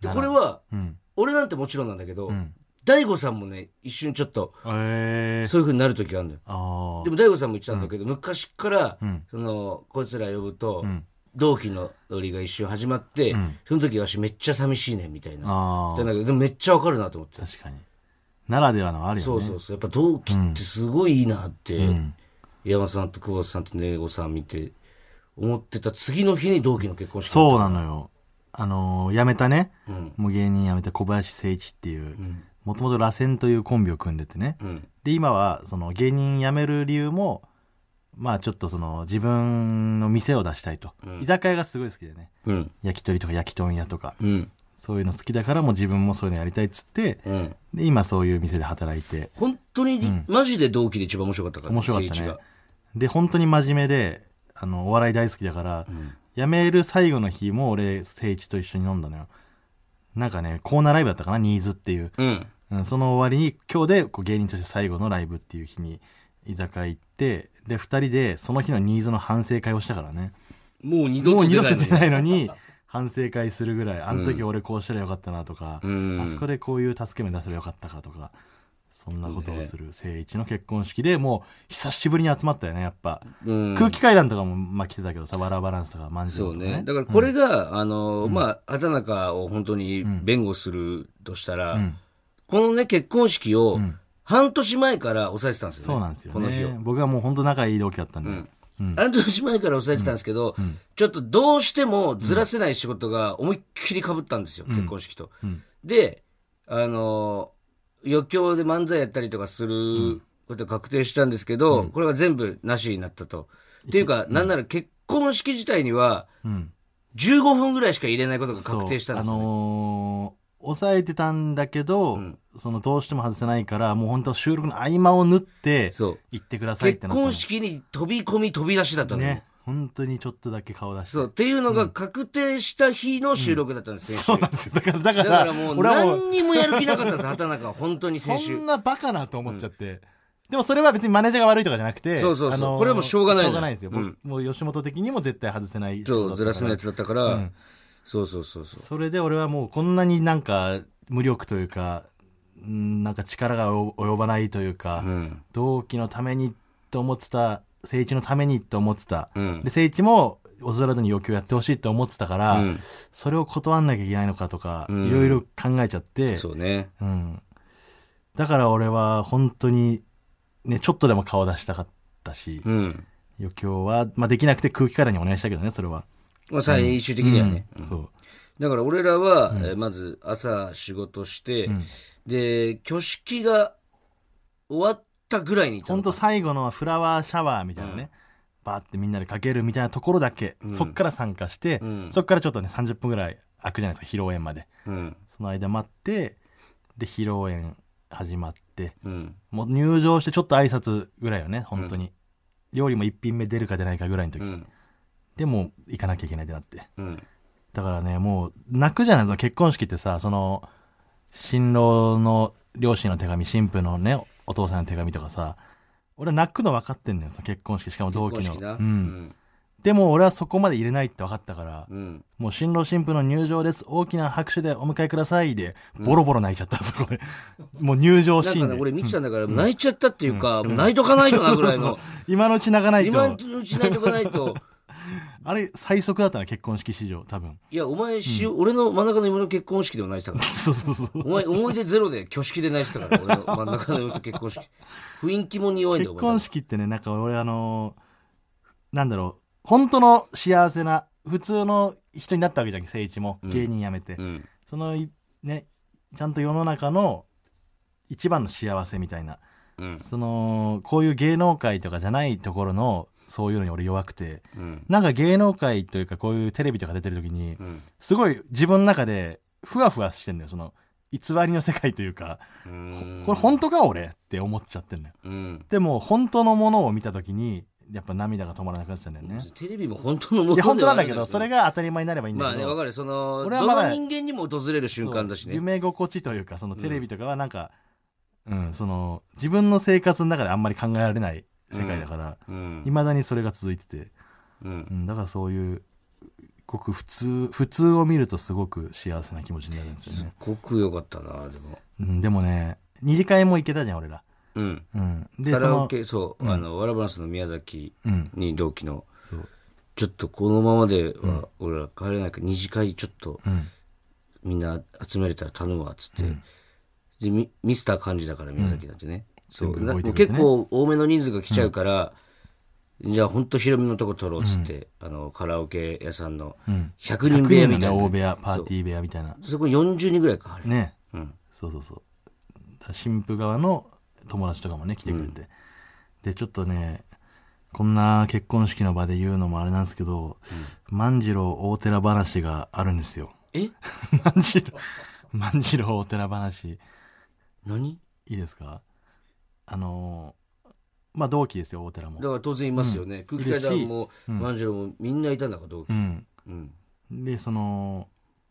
Speaker 1: で
Speaker 2: あ。
Speaker 1: これは
Speaker 2: うん。
Speaker 1: 俺なんてもちろんなんだけど、
Speaker 2: ん
Speaker 1: 大悟さんもね一瞬ちょっと
Speaker 2: ええ。
Speaker 1: そういう風になる時があるんだよ。
Speaker 2: ああ。
Speaker 1: でも大悟さんも言ってたんだけど、昔から、
Speaker 2: ん
Speaker 1: そのこいつら呼ぶと、
Speaker 2: ん
Speaker 1: 同期のノリが一瞬始まって、
Speaker 2: ん
Speaker 1: その時わしめっちゃ寂しいねんみたいな。
Speaker 2: あ
Speaker 1: 言っ
Speaker 2: あ
Speaker 1: たん。だけどでもめっちゃわかるなと思って、
Speaker 2: 確かに。ならではのあるよね。
Speaker 1: そうそうそうやっぱ同期ってすごいいいなって、
Speaker 2: ん
Speaker 1: 山田さんと久保田さんと根子さん見て思ってた次の日に同期の結婚式
Speaker 2: そう
Speaker 1: う
Speaker 2: なのよ。あのー、辞めたね。
Speaker 1: うん
Speaker 2: もう芸人辞めた小林誠一っていう、もともと螺旋というコンビを組んでてね。
Speaker 1: うん
Speaker 2: で、今は、その芸人辞める理由も、まあちょっとその自分の店を出したいと。居酒屋がすごい好きでね。
Speaker 1: うん
Speaker 2: 焼き鳥とか焼き豚屋とか、
Speaker 1: うん
Speaker 2: そういうの好きだからもう自分もそういうのやりたいっつって、
Speaker 1: うん
Speaker 2: で、今そういう店で働いて、
Speaker 1: 本当に、マジで同期で一番面白かったから
Speaker 2: 面白かった
Speaker 1: 誠一
Speaker 2: ね
Speaker 1: が
Speaker 2: で本当に真面目であのお笑い大好きだから、辞める最後の日も俺誠一と一緒に飲んだのよなんかねコーナーライブだったかなニーズっていう、
Speaker 1: うん
Speaker 2: うん、その終わりに今日でこう芸人として最後のライブっていう日に居酒屋行ってで2人でその日のニーズの反省会をしたからね
Speaker 1: もう二度
Speaker 2: もう
Speaker 1: と出
Speaker 2: 二度
Speaker 1: ない
Speaker 2: と
Speaker 1: の
Speaker 2: 出
Speaker 1: に
Speaker 2: ないのに反省会するぐらいあの時俺こうしたらよかったなとか、
Speaker 1: うん
Speaker 2: あそこでこういう助け目出せばよかったかとかそんなことをする聖一の結婚式でもう久しぶりに集まったよねやっぱ、
Speaker 1: うん
Speaker 2: 空気階段とかもまあ来てたけどさわらバランスとかまんじゅ
Speaker 1: そうう
Speaker 2: とかね
Speaker 1: ね。だからこれが、あの、まあ、畑中を本当に弁護するとしたら、
Speaker 2: ん
Speaker 1: このね、結婚式を、半年前から抑えてたんですよね。
Speaker 2: そうなんですよ
Speaker 1: この日を。
Speaker 2: ね僕はもう本当仲いい同期だったんで、
Speaker 1: 半年前から抑えてたんですけど、ちょっとどうしてもずらせない仕事が思いっきり被ったんですよ、結婚式と。で、あの、余興で漫才やったりとかすることが確定したんですけど、これが全部なしになったと。っていうか、なんなら結婚式自体には、
Speaker 2: うん
Speaker 1: 15分ぐらいしか入れないことが確定したんです
Speaker 2: そ
Speaker 1: よ、
Speaker 2: うあ
Speaker 1: ね。
Speaker 2: のー抑えてたんだけど、そのどうしても外せないからもう本当収録の合間を縫って
Speaker 1: そう
Speaker 2: 行ってくださいっ
Speaker 1: 結
Speaker 2: てなったの
Speaker 1: 婚式に飛び込み飛び出しだったの。
Speaker 2: ね本当にちょっとだけ顔出して
Speaker 1: そう、っていうのが確定した日の収録だったんです、先週
Speaker 2: そうなんですよだから *laughs* だか
Speaker 1: だかららもう
Speaker 2: 俺はもう
Speaker 1: 何にもやる気なかったんです、畑中は。本当に先
Speaker 2: そ
Speaker 1: 週
Speaker 2: ん。なバカなと思っちゃって、でもそれは別にマネージャーが悪いとかじゃなくて
Speaker 1: そうそうそう
Speaker 2: ー
Speaker 1: これはもうしょうがないの
Speaker 2: しょうがないですよ、
Speaker 1: うん
Speaker 2: もう吉本的にも絶対外せない仕
Speaker 1: そ
Speaker 2: 事だ
Speaker 1: う、
Speaker 2: った
Speaker 1: ず
Speaker 2: から
Speaker 1: すのやつだったから、
Speaker 2: うん
Speaker 1: そうそうそうそう。
Speaker 2: それで俺はもうこんなになんか無力というかうんなんか力が及ばないというか、
Speaker 1: うん。
Speaker 2: 同期のためにと思ってた誠一のためにと思ってた、
Speaker 1: うん
Speaker 2: で誠一もオズワルドに要求やってほしいと思ってたから、
Speaker 1: うん
Speaker 2: それを断んなきゃいけないのかとか、
Speaker 1: うん
Speaker 2: いろいろ考えちゃって、
Speaker 1: そうね。
Speaker 2: うん、だから俺は本当に、ね、ちょっとでも顔出したかったし、
Speaker 1: うん。
Speaker 2: 余興は、まあ、できなくて空気からにお願いしたけどねそれは、
Speaker 1: まあ、最終的にはね。
Speaker 2: うんそう
Speaker 1: だから俺らは、えーまず朝仕事して、で、挙式が終わったぐらいにいた
Speaker 2: 本
Speaker 1: の
Speaker 2: 当最後のフラワーシャワーみたいなね、バーってみんなでかけるみたいなところだけ、そっから参加して、
Speaker 1: ん
Speaker 2: そっからちょっとね30分ぐらい空くじゃないですか披露宴まで
Speaker 1: うん。
Speaker 2: その間待ってで披露宴始まって
Speaker 1: うん。
Speaker 2: もう入場してちょっと挨拶ぐらいよね本当に、料理も一品目出るか出ないかぐらいの時、
Speaker 1: うん。
Speaker 2: でもう行かなきゃいけないってなって
Speaker 1: うん。
Speaker 2: だからねもう泣くじゃないその結婚式ってさその新郎の両親の手紙新婦のねお父さんの手紙とかさ俺は泣くの分かってんだよその結婚式しかも同期
Speaker 1: 結
Speaker 2: の
Speaker 1: 婚式な。
Speaker 2: うんでも俺はそこまで入れないって分かったから、
Speaker 1: うん。うん。
Speaker 2: もう新郎新婦の入場です大きな拍手でお迎えくださいでボロボロ泣いちゃった、そこでもう入場
Speaker 1: な
Speaker 2: シ
Speaker 1: ん
Speaker 2: ー
Speaker 1: か
Speaker 2: ンで、
Speaker 1: ね、俺見てたんだから、泣いちゃったっていうか、もう泣いとかないと
Speaker 2: *laughs*
Speaker 1: なぐらいの。
Speaker 2: 今のうち泣かない
Speaker 1: 今の
Speaker 2: と
Speaker 1: うち泣いとかないと。
Speaker 2: あれ最速だったな結婚式史上多分
Speaker 1: いや、お前し、俺の真ん中の妹の結婚式でも泣いてたから。
Speaker 2: そうそうそう
Speaker 1: お前、思い出ゼロで挙式で泣いてたから、俺の真ん中の妹と結婚
Speaker 2: *laughs*
Speaker 1: 式。雰囲気も匂いんだ
Speaker 2: 結
Speaker 1: よ、
Speaker 2: 婚式ってねなんか俺あのーなんだろう本当の幸せな普通の人になったわけじゃん誠一も芸人辞めて、
Speaker 1: お前うん。
Speaker 2: そのいねちゃんと世の中の一番の幸せみたいな
Speaker 1: うん。
Speaker 2: そのこういう芸能界とかじゃないところのそういうのに俺弱くて
Speaker 1: うん。
Speaker 2: なんか芸能界というかこういうテレビとか出てる時に
Speaker 1: うん。
Speaker 2: すごい自分の中でふわふわしてんのよその偽りの世界というか
Speaker 1: うん
Speaker 2: これ本当か俺って思っちゃってんのよ
Speaker 1: うん。
Speaker 2: でも本当のものを見た時にやっぱ涙が止まらなくなっちゃうんだよね
Speaker 1: テレビも本当のも
Speaker 2: いや本当なんだけ
Speaker 1: では
Speaker 2: ど
Speaker 1: い
Speaker 2: それが当たり前になればいいん
Speaker 1: ま
Speaker 2: だ
Speaker 1: あ
Speaker 2: け
Speaker 1: ね、
Speaker 2: ど、
Speaker 1: わかる。その、ど
Speaker 2: 俺はまだ
Speaker 1: の人間にも訪れる瞬間だし
Speaker 2: そう
Speaker 1: ね。
Speaker 2: 夢心地というかそのテレビとかはなんか、うんその自分の生活の中であんまり考えられない世界だから
Speaker 1: うん
Speaker 2: い。ま、未だにそれが続いてて、
Speaker 1: うん
Speaker 2: うん、だからそういうごく普通普通を見るとすごく幸せな気持ちになるんですよね、
Speaker 1: ごく良かったな、でも。
Speaker 2: うん、でもね二次会も行けたじゃん俺ら、
Speaker 1: うん。
Speaker 2: うん、で
Speaker 1: カ
Speaker 2: そ
Speaker 1: ラ
Speaker 2: の
Speaker 1: オ、ケ、そう、あの、ワラバランスの宮崎
Speaker 2: うん、
Speaker 1: に同期の、
Speaker 2: そう、
Speaker 1: ちょっとこのままでは、俺ら帰れないから、二次会ちょっと、
Speaker 2: うん、
Speaker 1: みんな集めれたら頼むわっつって、でミミスター幹事だから宮崎なんてね、そう
Speaker 2: 全部動いて
Speaker 1: な
Speaker 2: くれ
Speaker 1: 結
Speaker 2: てね
Speaker 1: 構多めの人数が来ちゃうから、じゃあほんと広めのとこ取ろうっつって、あのカラオケ屋さんの
Speaker 2: うん
Speaker 1: 100人部屋みたいな、
Speaker 2: 100人のね大部屋パーティー部屋みたいな
Speaker 1: そうそこ40人ぐらいかあれ、
Speaker 2: ね
Speaker 1: うん
Speaker 2: そうそうそうだから新婦側の友達とかもね来てくれて、でちょっとねこんな結婚式の場で言うのもあれなんですけど、万次郎大寺話があるんですよ
Speaker 1: え
Speaker 2: 万次郎万次郎大寺話
Speaker 1: 何
Speaker 2: いいですかあのーまあ同期ですよ大寺も
Speaker 1: だから当然いますよね、空気階段も万次郎もみんないたんだから同期
Speaker 2: うん
Speaker 1: うん
Speaker 2: でその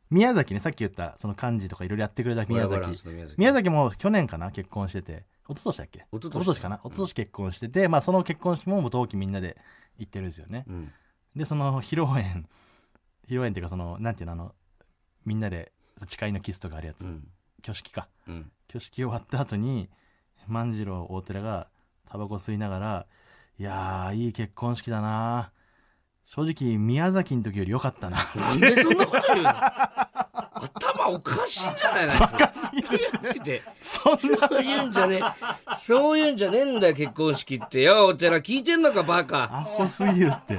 Speaker 2: 宮崎ねさっき言ったその漢字とかいろいろやってくれた宮
Speaker 1: ワラバラン
Speaker 2: 崎
Speaker 1: スの宮崎
Speaker 2: 宮崎も去年かな結婚してて一昨年だっけ
Speaker 1: 一昨年
Speaker 2: かな一昨年結婚してて、まあその結婚式も同期みんなで行ってるんですよね、
Speaker 1: うん
Speaker 2: でその披露宴披露宴っていうかそのなんていうのあのみんなで誓いのキスとかあるやつ、
Speaker 1: うん
Speaker 2: 挙式か
Speaker 1: うん
Speaker 2: 挙式終わった後に万次郎大寺がタバコ吸いながら、いやー、いい結婚式だな正直、宮崎の時より良かったな。 *laughs*
Speaker 1: なんでそんなこと言うの頭おかしいんじゃないの
Speaker 2: バカすぎる。
Speaker 1: マジで。
Speaker 2: そんな、
Speaker 1: そういうんじゃねえ。そういうんじゃねえんだよ、結婚式って。よ、お寺聞いてんのか、バカ。
Speaker 2: アホすぎるって。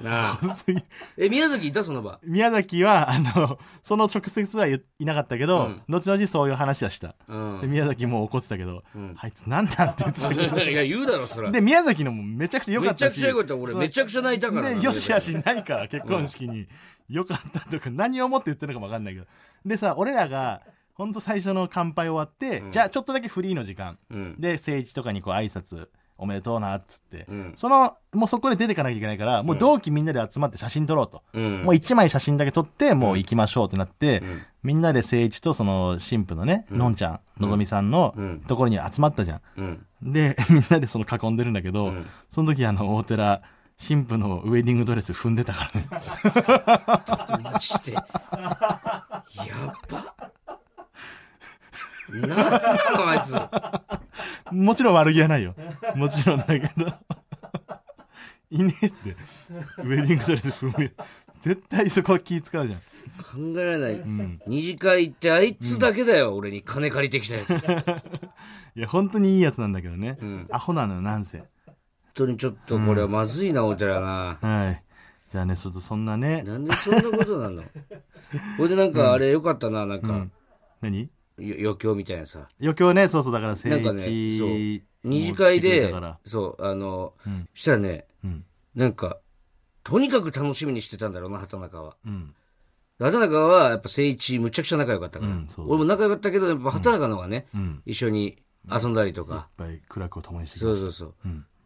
Speaker 1: なあ。
Speaker 2: すぎ
Speaker 1: え、宮崎いたその場。
Speaker 2: 宮崎は、あの、 *laughs* その直接は言いなかったけど、後々そういう話はした。
Speaker 1: うん
Speaker 2: で、宮崎も怒ってたけど、あいつなんだって言ってたけど。
Speaker 1: *laughs* いや、 *laughs* 言うだろ、そら。
Speaker 2: で、宮崎のもめちゃくちゃ良か
Speaker 1: め
Speaker 2: っ
Speaker 1: ちゃ
Speaker 2: た
Speaker 1: く
Speaker 2: し。
Speaker 1: ちゃ良かった。俺、めちゃくちゃ泣いたからな。
Speaker 2: で、よしあしないから、結婚式に。よかったとか、何を思って言ってるのかもわかんないけど。でさ、俺らが、ほんと最初の乾杯終わって、じゃあちょっとだけフリーの時間。
Speaker 1: うん
Speaker 2: で、政治とかにこう挨拶、おめでとうな、っつって。
Speaker 1: ん
Speaker 2: その、もうそこで出てかなきゃいけないから、もう同期みんなで集まって写真撮ろうと。
Speaker 1: うん。
Speaker 2: もう一枚写真だけ撮って、もう行きましょうってなって、
Speaker 1: ん
Speaker 2: みんなで誠一とその新婦のね、のんちゃん、のぞみさんの
Speaker 1: うん
Speaker 2: ところに集まったじゃん。
Speaker 1: うん。
Speaker 2: で、 *laughs* みんなでその囲んでるんだけど、
Speaker 1: ん
Speaker 2: その時あの、大寺、新婦のウェディングドレス踏んでたからね。 *laughs*
Speaker 1: マジで。やば。 *laughs* なんなの、あいつ。
Speaker 2: もちろん悪気はないよ。もちろんだけど。 *laughs* いねえって。ウェディングドレス踏むよ。絶対そこは気使うじゃん。
Speaker 1: 考えられない。二次会行って、あいつだけだよ、俺に金借りてきたやつ。本
Speaker 2: いや、本当にいいやつなんだけどね。アホなのよ、なんせ。
Speaker 1: 当にちょっと、これはまずいな、お寺な。
Speaker 2: はい。じゃあね、ちょっとそんなね、
Speaker 1: なんでそんなことなのこれでなんかあれよかったな、なんか、
Speaker 2: 何
Speaker 1: よ余興みたいなさ。
Speaker 2: 余興ね、そうそう、だから、聖
Speaker 1: なんかね、そう。
Speaker 2: 一、
Speaker 1: 二次会
Speaker 2: も来てくれ
Speaker 1: で
Speaker 2: たから、
Speaker 1: そう、あの、したらね、
Speaker 2: ん
Speaker 1: なんか、とにかく楽しみにしてたんだろうな、畑中は。
Speaker 2: うん。
Speaker 1: 畑中は、やっぱ聖一、むちゃくちゃ仲良かったから。
Speaker 2: うんそうそう
Speaker 1: 俺も仲良かったけど、やっぱ畑中の方がね、
Speaker 2: ん
Speaker 1: 一緒に遊んだりとか。
Speaker 2: いっぱい苦楽を共にしてくれ
Speaker 1: そうそうそう。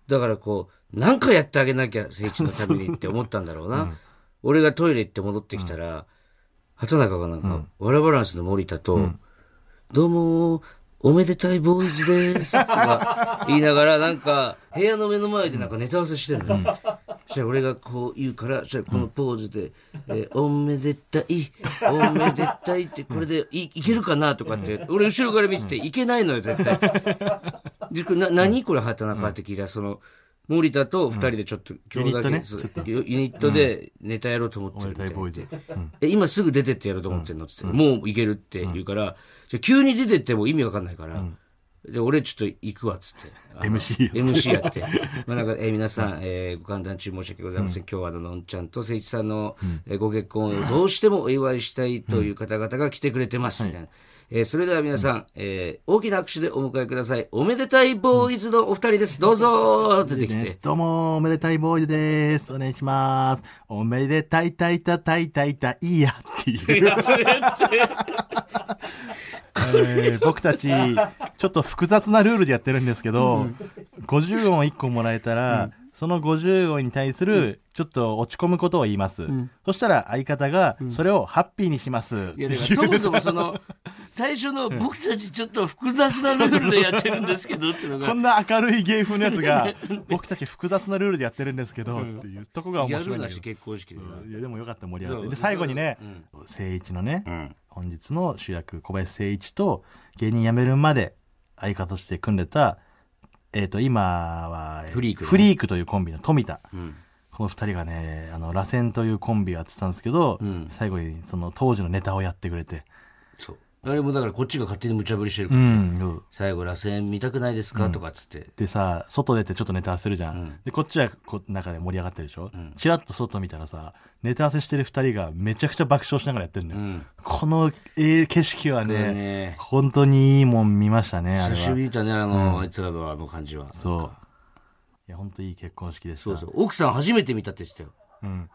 Speaker 1: だからこう、なんかやってあげなきゃ、聖一のためにって思ったんだろうな。俺がトイレ行って戻ってきたら、畑中がなんか、わらバランスの森田と、どうもー、おめでたいボーイズですとか言いながら、なんか、部屋の目の前でなんかネタ合わせしてるのよ。そしたら俺がこう言うから、そしたらこのポーズで、えーおめでたい、おめでたいって、これでいいけるかなとかって、俺後ろから見てて、いけないのよ、絶対。で、これな、何これ、畑中って聞いたら、その、森田と二人でちょっと、今日だけ、
Speaker 2: ユニットね
Speaker 1: そうユユニットでネタやろうと思って
Speaker 2: お
Speaker 1: る
Speaker 2: め
Speaker 1: み
Speaker 2: で
Speaker 1: たいな
Speaker 2: たいボーイズ。うん。
Speaker 1: え、今すぐ出てってやると思ってんのって言って、もういけるって言うから、じゃあ急に出てっても意味わかんないから、じゃあ俺ちょっと行くわっつ *laughs* って。あの
Speaker 2: MC やって。
Speaker 1: MC やって。まあなんか、えー皆さん、えーご歓談中申し訳ございません。今日はあの、のんちゃんと誠一さんの、えーご結婚をどうしてもお祝いしたいという方々が来てくれてます。みたいな。えーそれでは皆さん、えー大きな拍手でお迎えください。おめでたいボーイズのお二人です。どうぞーって出てきて
Speaker 2: ね。どうも、おめでたいボーイズです。お願いします。おめでたいたいたたいたいたいいやっていう。 *laughs* えー僕たち、ちょっと複雑なルールでやってるんですけど、50音1個もらえたら、その50音に対する、ちょっと落ち込むことを言います。そしたら相方が、それをハッピーにします。
Speaker 1: いや、だからそもそもその、最初の僕たちちょっと複雑なルールでやってるんですけどっていうの
Speaker 2: *laughs* こ
Speaker 1: が、
Speaker 2: んな明るい芸風のやつ
Speaker 1: *laughs*
Speaker 2: が、僕たち複雑なルールでやってるんですけど、っていうとこが
Speaker 1: や
Speaker 2: 面白
Speaker 1: る
Speaker 2: いんだ
Speaker 1: な
Speaker 2: け
Speaker 1: し
Speaker 2: ど。
Speaker 1: 結婚式でな。
Speaker 2: いや、でもよかった、盛り上がっ
Speaker 1: そ
Speaker 2: て。
Speaker 1: う
Speaker 2: で、最後にね
Speaker 1: うん、
Speaker 2: 聖一のね、
Speaker 1: ん
Speaker 2: 本日の主役、小林聖一と、芸人辞めるまで相方として組んでた、えっと、今は、え
Speaker 1: フリーク
Speaker 2: フリークというコンビの富田。この二人がね、あの、螺旋というコンビをやってたんですけど、最後にその当時のネタをやってくれて。
Speaker 1: そう。あれもだからこっちが勝手に無茶ぶりしてる
Speaker 2: う
Speaker 1: から。
Speaker 2: ん。
Speaker 1: 最後、螺旋見たくないですかとかっつって。
Speaker 2: でさ、外出てちょっとネタ合わせするじゃん。で、こっちはこう中で盛り上がってるでしょ、チラッと外見たらさ、ネタ合わせしてる二人がめちゃくちゃ爆笑しながらやってるんだよ。この、えー景色は
Speaker 1: だから
Speaker 2: ね、
Speaker 1: ね、
Speaker 2: 本当にいいもん見ましたね、あれ
Speaker 1: 久しぶ
Speaker 2: は。
Speaker 1: りに見たね、あの、あいつらのあの感じは。
Speaker 2: そう。いや、本当いい結婚式でした。
Speaker 1: そうそう。奥さん初めて見たって言ってたよ。
Speaker 2: うん。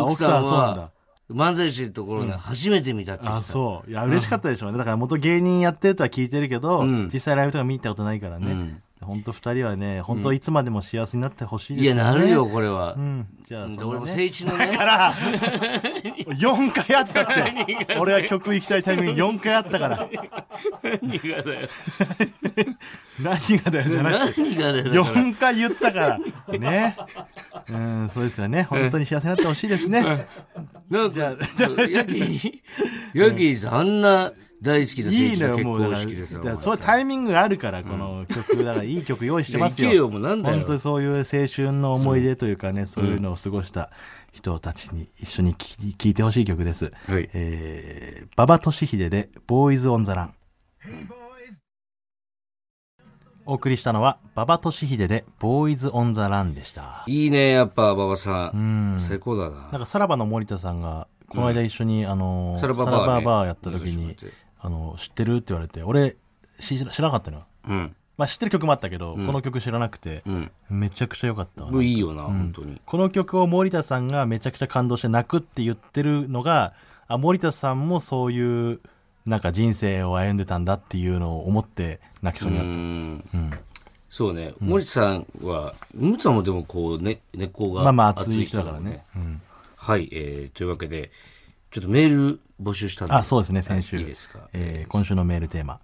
Speaker 1: 奥
Speaker 2: 奥
Speaker 1: さ
Speaker 2: さ
Speaker 1: ん
Speaker 2: んそうなんだ
Speaker 1: は。、漫才してるところに初めて見たって言
Speaker 2: あ、
Speaker 1: ってた。
Speaker 2: そう。いや、嬉しかったでしょうね。だから元芸人やってるとは聞いてるけど、
Speaker 1: ん
Speaker 2: 実際ライブとか見たことないからね。本当二人はね、本当いつまでも幸せになってほしい
Speaker 1: い
Speaker 2: です
Speaker 1: や、
Speaker 2: よね。
Speaker 1: なるよ、。これは
Speaker 2: う。ん。じゃあ、そん
Speaker 1: で
Speaker 2: な
Speaker 1: 俺
Speaker 2: ね
Speaker 1: も聖一のね、
Speaker 2: から、4回
Speaker 1: *laughs*
Speaker 2: あったって。俺は曲行きたいタイミング4回あったから。
Speaker 1: 何がだよ。
Speaker 2: 何がだよじゃなく
Speaker 1: *laughs*
Speaker 2: て。
Speaker 1: 何がだよだから。
Speaker 2: 4回言ったから。
Speaker 1: *laughs*
Speaker 2: ね。うん、そうですよね。本当に幸せになってほしいですね。
Speaker 1: なん
Speaker 2: じゃ
Speaker 1: か、そうヤギ、ヤギさん、あんな大好きです
Speaker 2: いい
Speaker 1: 一
Speaker 2: の
Speaker 1: 度
Speaker 2: よ、
Speaker 1: 結
Speaker 2: もう。だ
Speaker 1: 婚
Speaker 2: から
Speaker 1: 式です
Speaker 2: いやそういうタイミングがあるから、この曲、だからいい曲用意してます
Speaker 1: い
Speaker 2: よ。
Speaker 1: やいけよもうなんだよ
Speaker 2: 本当にそういう青春の思い出というかね、そういうのを過ごした人たちに一緒に聴いてほしい曲です。
Speaker 1: はい
Speaker 2: えー、馬場俊秀で、ボーイズ・オン・ザ・ラン。お送りしたのは、馬場俊秀で、ボーイズ・オン・ザ・ランでした。
Speaker 1: いいねやっぱ馬場さ、
Speaker 2: うんん。
Speaker 1: 最高だ
Speaker 2: な
Speaker 1: なん
Speaker 2: か、さらばの森田さんが、この間一緒に、あのー、
Speaker 1: さらばバーね
Speaker 2: バーやった時に、あの、知ってるって言われて、俺、知知らなかったのよ。
Speaker 1: うん
Speaker 2: まあ知ってる曲もあったけど、この曲知らなくて、
Speaker 1: うん
Speaker 2: めちゃくちゃ良かったわ
Speaker 1: もういいよな、本当に
Speaker 2: この曲を森田さんがめちゃくちゃ感動して泣くって言ってるのが、あ、森田さんもそういう、なんか人生を歩んでたんだっていうのを思って泣きそうにな
Speaker 1: う
Speaker 2: っ
Speaker 1: んそうね、森田さんはムツさんもでもこうね根っこ
Speaker 2: た。
Speaker 1: が
Speaker 2: まあまあ熱い人だからね。うん
Speaker 1: はい、えー、というわけで、ちょっとメール募集したんで。
Speaker 2: あ、そうですね、先週。
Speaker 1: いいですか
Speaker 2: えー今週のメールテーマ。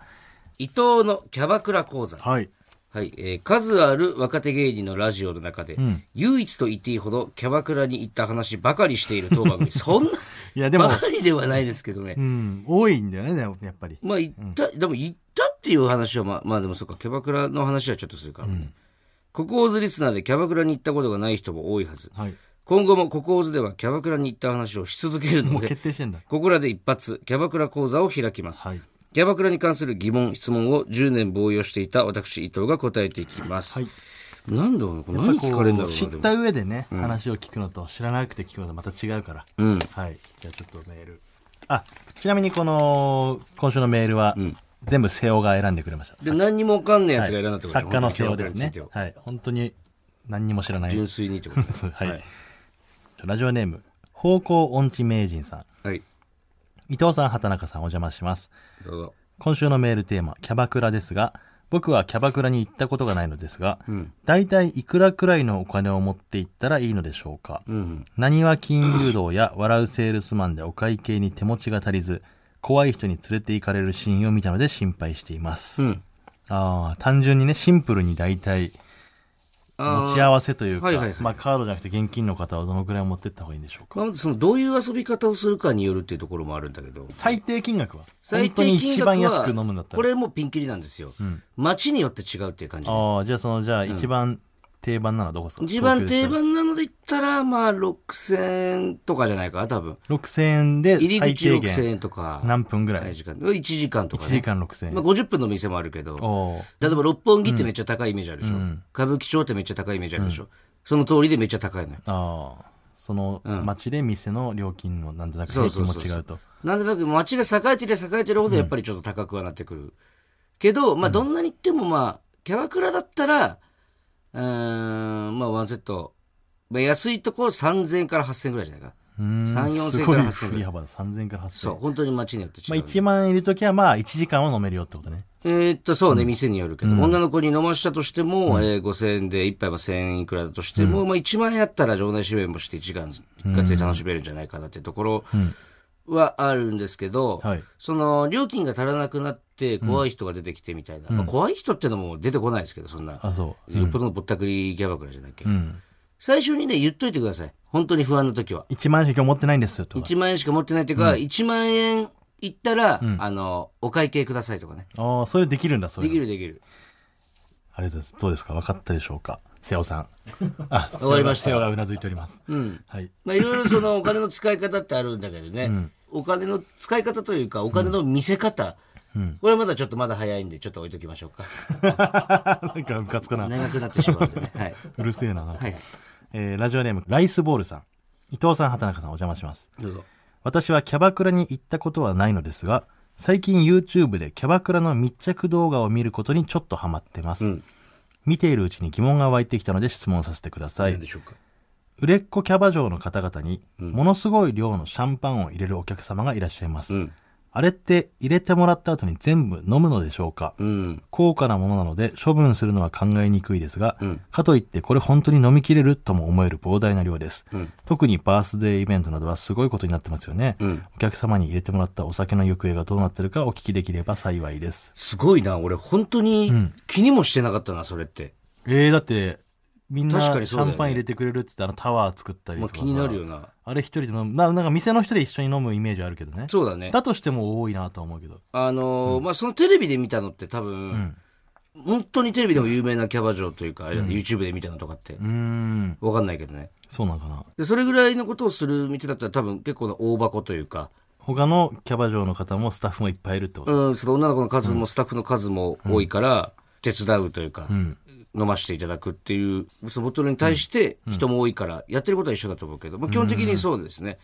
Speaker 1: 伊藤のキャバクラ講座。
Speaker 2: はい。
Speaker 1: はい、えー数ある若手芸人のラジオの中で、唯一と言っていいほどキャバクラに行った話ばかりしている当番
Speaker 2: *laughs*
Speaker 1: 組。そんな、
Speaker 2: いや、でも
Speaker 1: ば、かりではないですけどね
Speaker 2: う。ん、多いんだよね、でもやっぱり。
Speaker 1: まあ行った、でも行ったっていう話は、まあ、まあでもそうか、キャバクラの話はちょっとするからね。ココーズリスナーでキャバクラに行ったことがない人も多いはず。
Speaker 2: はい。
Speaker 1: 今後もココーズではキャバクラに行った話をし続ける
Speaker 2: も
Speaker 1: の
Speaker 2: う
Speaker 1: で
Speaker 2: 決、定してんだ。
Speaker 1: ここらで一発、キャバクラ講座を開きます。
Speaker 2: はい。
Speaker 1: キャバクラに関する疑問、質問を10年防衛をしていた私、伊藤が答えていきます。
Speaker 2: はい
Speaker 1: なんだろうなこれ
Speaker 2: やっ
Speaker 1: 何
Speaker 2: ぱこ
Speaker 1: 聞
Speaker 2: う
Speaker 1: かれるんだろう
Speaker 2: 知
Speaker 1: な、
Speaker 2: っ
Speaker 1: でも。
Speaker 2: た上でね、話を聞くのと知らなくて聞くのとまた違うから、はいじゃあちょっとメールあちなみにこの今週のメールは、全部瀬尾が選んでくれました
Speaker 1: で、何にもわかんないや
Speaker 2: はい
Speaker 1: つが選んだってことでしょ
Speaker 2: 作家の瀬尾ですね
Speaker 1: キャバクラについては
Speaker 2: はい本当に何にも知らない
Speaker 1: 純粋にってことね
Speaker 2: *laughs* そうはい、
Speaker 1: はい
Speaker 2: ラジオネーム方向音痴名人さん
Speaker 1: はい。
Speaker 2: 伊藤さん畑中さんお邪魔します
Speaker 1: どうぞ。
Speaker 2: 今週のメールテーマ、キャバクラですが、僕はキャバクラに行ったことがないのですが、大体いくらくらいのお金を持って行ったらいいのでしょうか。なにわ金融道や笑うセールスマンでお会計に手持ちが足りず、怖い人に連れて行かれるシーンを見たので心配しています。
Speaker 1: ん
Speaker 2: ああ、単純にね、シンプルに大体持ち合わせというか、
Speaker 1: あーはいはいはい
Speaker 2: まあカードじゃなくて現金の方はどのくらい持ってった方がいいんでしょうか。
Speaker 1: まあ、その、どういう遊び方をするかによるっていうところもあるんだけど。
Speaker 2: 最低金額は
Speaker 1: 最
Speaker 2: 本当
Speaker 1: 低
Speaker 2: に
Speaker 1: 金
Speaker 2: 一
Speaker 1: 額は
Speaker 2: 番安く飲むんだった
Speaker 1: こ。
Speaker 2: ら
Speaker 1: れもピンキリなんですよ。街によって違うっていう感じで。
Speaker 2: ああ、じゃあその、じゃあ一番定番なのはどこですか
Speaker 1: 一番定。
Speaker 2: 東京で言っ
Speaker 1: 番なので言ったら、まあ、6000とかじゃないかな、多分。
Speaker 2: たら6000円で
Speaker 1: 入り
Speaker 2: 最
Speaker 1: 口
Speaker 2: 低
Speaker 1: 6000
Speaker 2: 限
Speaker 1: 円とか。
Speaker 2: 何分ぐら
Speaker 1: 何
Speaker 2: い
Speaker 1: 時間 ?1 時間とか
Speaker 2: ?1
Speaker 1: ね
Speaker 2: 時。間6000円。
Speaker 1: まあ、50分の店もあるけど、
Speaker 2: おー
Speaker 1: 例えば六本木ってめっちゃ高いイメージあるでしょ。歌舞伎町ってめっちゃ高いイメージあるでしょ。その通りでめっちゃ高いのよ。
Speaker 2: ああ、その街で店の料金のなんとなく
Speaker 1: そう
Speaker 2: 平
Speaker 1: そう
Speaker 2: 均
Speaker 1: そ
Speaker 2: も
Speaker 1: う
Speaker 2: 違うと。
Speaker 1: なんとなく街が栄えてりゃ栄えてるほどやっぱりちょっと高くはなってくる。けど、まあ、どんなに行ってもまあ、キャバクラだったら、うーん、まあ、ワンセット。まあ、安いところ3000円から8000円ぐらいじゃないか。
Speaker 2: うーん
Speaker 1: 3 4000
Speaker 2: すごい
Speaker 1: から8000
Speaker 2: 振り幅だ。3000円から8000
Speaker 1: そう、
Speaker 2: 円。
Speaker 1: 本当に街によって違う。
Speaker 2: まあ1万円いるときはまあ1時間は飲めるよってことね。
Speaker 1: えーっと、そうね、店によるけど、女の子に飲ましたとしても、えー5000円で一杯は1000円いくらだとしても、まあ1万円あったら場内支援もして1時間がっつり楽しめるんじゃないかなってところはあるんですけど、
Speaker 2: はい
Speaker 1: その料金が足らなくなって怖い人が出てきてみたいな、まあ、怖い人ってのも出てこないですけど、そんな。
Speaker 2: あ、そう。
Speaker 1: よっぽどのぼったくりキャバクラじゃなきゃ、
Speaker 2: うん。
Speaker 1: 最初にね、言っといてください。本当に不安な時は。
Speaker 2: 1万円しか今日持ってないんですよとか。
Speaker 1: 1万円しか持ってないというか、1万円いったら、あの、お会計くださいとかね。
Speaker 2: ああ、それできるんだ、それ
Speaker 1: で。きるできる。
Speaker 2: ありがとうございます。どうですか分かったでしょうか瀬尾
Speaker 1: *laughs*
Speaker 2: さん。あ、
Speaker 1: わかりました
Speaker 2: 瀬尾がうなずいております。はい。
Speaker 1: まあ、いろいろそのお金の使い方ってあるんだけどね、お金の使い方というか、お金の見せ方、これはまだちょっとまだ早いんで、ちょっと置いときましょうか。
Speaker 2: なんかムカつかな。
Speaker 1: 長くなってしまうんでね。はい。
Speaker 2: うるせえな。なんか
Speaker 1: はい。
Speaker 2: えーラジオネーム、ライスボールさん。伊藤さん、畑中さん、お邪魔します。
Speaker 1: どうぞ。
Speaker 2: 私はキャバクラに行ったことはないのですが、最近 YouTube でキャバクラの密着動画を見ることにちょっとハマってます。見ているうちに疑問が湧いてきたので質問させてください
Speaker 1: 何で。しょうか。
Speaker 2: 売れっ子キャバ嬢の方々に、ものすごい量のシャンパンを入れるお客様がいらっしゃいます。
Speaker 1: うん
Speaker 2: あれって入れてもらった後に全部飲むのでしょうか、
Speaker 1: うん。
Speaker 2: 高価なものなので処分するのは考えにくいですが、
Speaker 1: ん
Speaker 2: かといってこれ本当に飲み切れるとも思える膨大な量です、
Speaker 1: ん
Speaker 2: 特にバースデーイベントなどはすごいことになってますよね、
Speaker 1: うん
Speaker 2: お客様に入れてもらったお酒の行方がどうなってるかお聞きできれば幸いです
Speaker 1: すごいな、俺、本当に気にもしてなかったな、それって。
Speaker 2: えー、だってみんなシ
Speaker 1: 確かにそうだ
Speaker 2: ャ
Speaker 1: よね
Speaker 2: ンパン入れてくれるっつってあのタワー作ったり
Speaker 1: ま
Speaker 2: と
Speaker 1: あ
Speaker 2: かさ、
Speaker 1: 気になるよな。
Speaker 2: あれ一人で飲むななんか店の人で一緒に飲むイメージあるけどね
Speaker 1: そうだね。
Speaker 2: だとしても多いなとは思うけど
Speaker 1: あのーまあ、そのテレビで見たのって多分、本当にテレビでも有名なキャバ嬢というか、あれだね YouTube で見たのとかって
Speaker 2: う、ーん
Speaker 1: わかんないけどね。
Speaker 2: そうなのかな
Speaker 1: で、それぐらいのことをする道だったら多分結構な大箱というか、
Speaker 2: 他のキャバ嬢の方もスタッフもいっぱいいるってこと、
Speaker 1: うん、その女の子の数もスタッフの数も多いから、手伝うというか、飲ましていただくっていう、そのボトルに対して人も多いから、やってることは一緒だと思うけど、まあ、基本的にそうですね。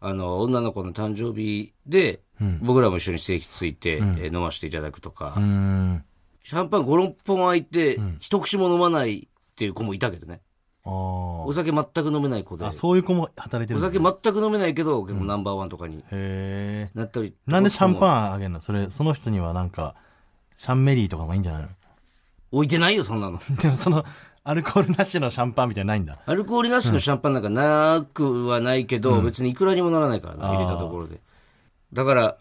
Speaker 1: あの、女の子の誕生日で、僕らも一緒にステーキついて、えー飲ましていただくとか、
Speaker 2: うーん
Speaker 1: シャンパン5、6本開いて、一口も飲まないっていう子もいたけどね。
Speaker 2: あー
Speaker 1: お酒全く飲めない子で。
Speaker 2: あそういう子も働いて
Speaker 1: お
Speaker 2: るんだ
Speaker 1: 酒全く飲めないけど、結構ナンバーワンとかに
Speaker 2: へえ
Speaker 1: なったり。
Speaker 2: なんでシャンパンあげんのそれその人にはなんかシャンメリーとかもいいんじゃないの *laughs*
Speaker 1: 置いてないよ、そんなの。
Speaker 2: でもそのアルコールなしのシャンパンみたいなのないんだ
Speaker 1: アルコールなしのシャンパンなんかなくはないけど、別にいくらにもならないからな、入れたところで。だから、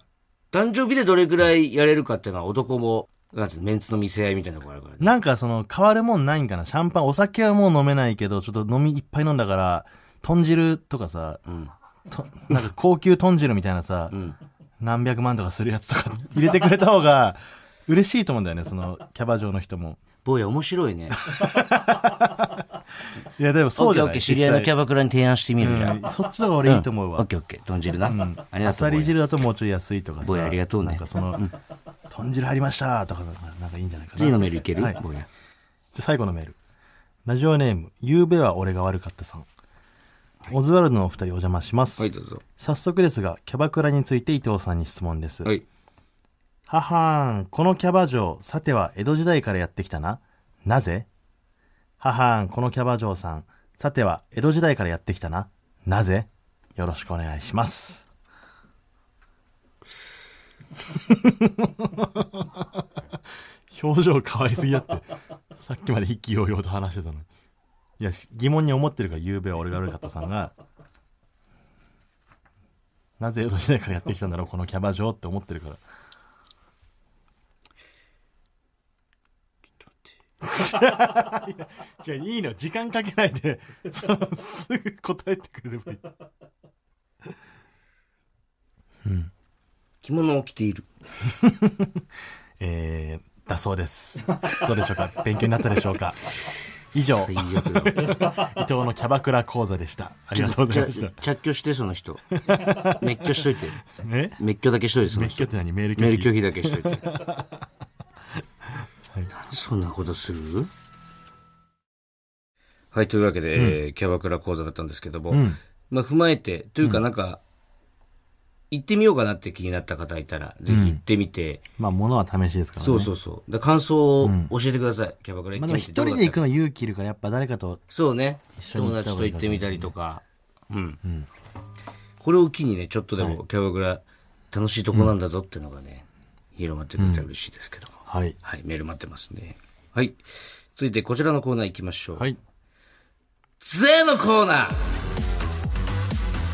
Speaker 1: 誕生日でどれくらいやれるかっていうのは男も、なんていうのメンツの見せ合いみたいなとこあるからね。
Speaker 2: なんかその変わるもんないんかなシャンパンお酒はもう飲めないけどちょっと飲みいっぱい飲んだから豚汁とかさ、となんか高級豚汁みたいなさ、何百万とかするやつとか *laughs* 入れてくれた方が嬉しいと思うんだよねそのキャバ嬢の人も
Speaker 1: 坊や面白いね。
Speaker 2: いやでもそ
Speaker 1: オッ
Speaker 2: うじ
Speaker 1: ケーオ
Speaker 2: ゃ
Speaker 1: ッ
Speaker 2: ない
Speaker 1: ケー、知り合いのキ
Speaker 2: ャ
Speaker 1: ャバクラに提案してみるじゃん。
Speaker 2: うん、そっちの方が俺いいと思う
Speaker 1: オ
Speaker 2: わ、
Speaker 1: ッケーオッケー、豚汁な。あり
Speaker 2: あ
Speaker 1: がと
Speaker 2: さ
Speaker 1: う。坊
Speaker 2: り
Speaker 1: や
Speaker 2: 汁だともうちょい安いとかさ
Speaker 1: 坊やありがとうね
Speaker 2: なんかその豚汁ありましたとかなんかなんかいいんじゃないかな
Speaker 1: 次のメールいける、
Speaker 2: はい
Speaker 1: 坊や。
Speaker 2: じゃあ最後のメール。ラジオネーム、ゆうべは俺が悪かったさん。オズワルドのお二人お邪魔します。
Speaker 1: はい、どうぞ。
Speaker 2: 早速ですが、キャバクラについて伊藤さんに質問です。
Speaker 1: はい。
Speaker 2: ははーん、このキャバ嬢、さては江戸時代からやってきたな。なぜははーん、このキャバ嬢さん、さては江戸時代からやってきたな。なぜよろしくお願いします。表情変わりすぎだって。さっきまで意気揚々と話してたのに。いや、し疑問に思ってるから、ゆうべは俺が悪かったさんが、なぜ江戸時代からやってきたんだろう、このキャバ嬢って思ってるから。
Speaker 1: *laughs*
Speaker 2: じゃあいいの時間かけないで *laughs* そのすぐ答えてくれればいい
Speaker 1: 着物を着ている。
Speaker 2: えー、だそうですどうでしょうか
Speaker 1: *laughs*
Speaker 2: 勉強になったでしょうか以上
Speaker 1: 最悪だわ。
Speaker 2: 伊藤のキャバクラ講座でした *laughs* ありがとうございまし
Speaker 1: ちゃ着去して、その人。 *laughs* 滅去しといて。
Speaker 2: たね
Speaker 1: 滅去だけしといて、その
Speaker 2: 別
Speaker 1: 人。
Speaker 2: 居って何メール
Speaker 1: メール
Speaker 2: 拒否
Speaker 1: 拒否だけしといて。
Speaker 2: *laughs*
Speaker 1: なんでそんなことするはい、というわけで、えーキャバクラ講座だったんですけども、
Speaker 2: ん
Speaker 1: まあ踏まえて、というかなんか、行ってみようかなって気になった方いたら、ぜひ行ってみて、
Speaker 2: まあ物は試しですからね
Speaker 1: そうそうそう。だから感想を教えてください、キャバクラ行
Speaker 2: ま
Speaker 1: って
Speaker 2: あでも
Speaker 1: み
Speaker 2: 一
Speaker 1: てどうだった
Speaker 2: 人
Speaker 1: か。
Speaker 2: で行くの勇気いるからやっぱ誰かと
Speaker 1: そうね。
Speaker 2: 緒に
Speaker 1: 友
Speaker 2: 行った
Speaker 1: 達
Speaker 2: 方
Speaker 1: と
Speaker 2: がい
Speaker 1: 行
Speaker 2: いかもしれない
Speaker 1: ってみたりとか。うん。これを機にね、ちょっとでもキャバクラ楽しいとこなんだぞっていうのがね、広まってくれたら嬉しいですけども。
Speaker 2: はい
Speaker 1: はい、メール待ってますね。はい。続いてこちらのコーナー行きましょう。
Speaker 2: はい
Speaker 1: つえのコーナー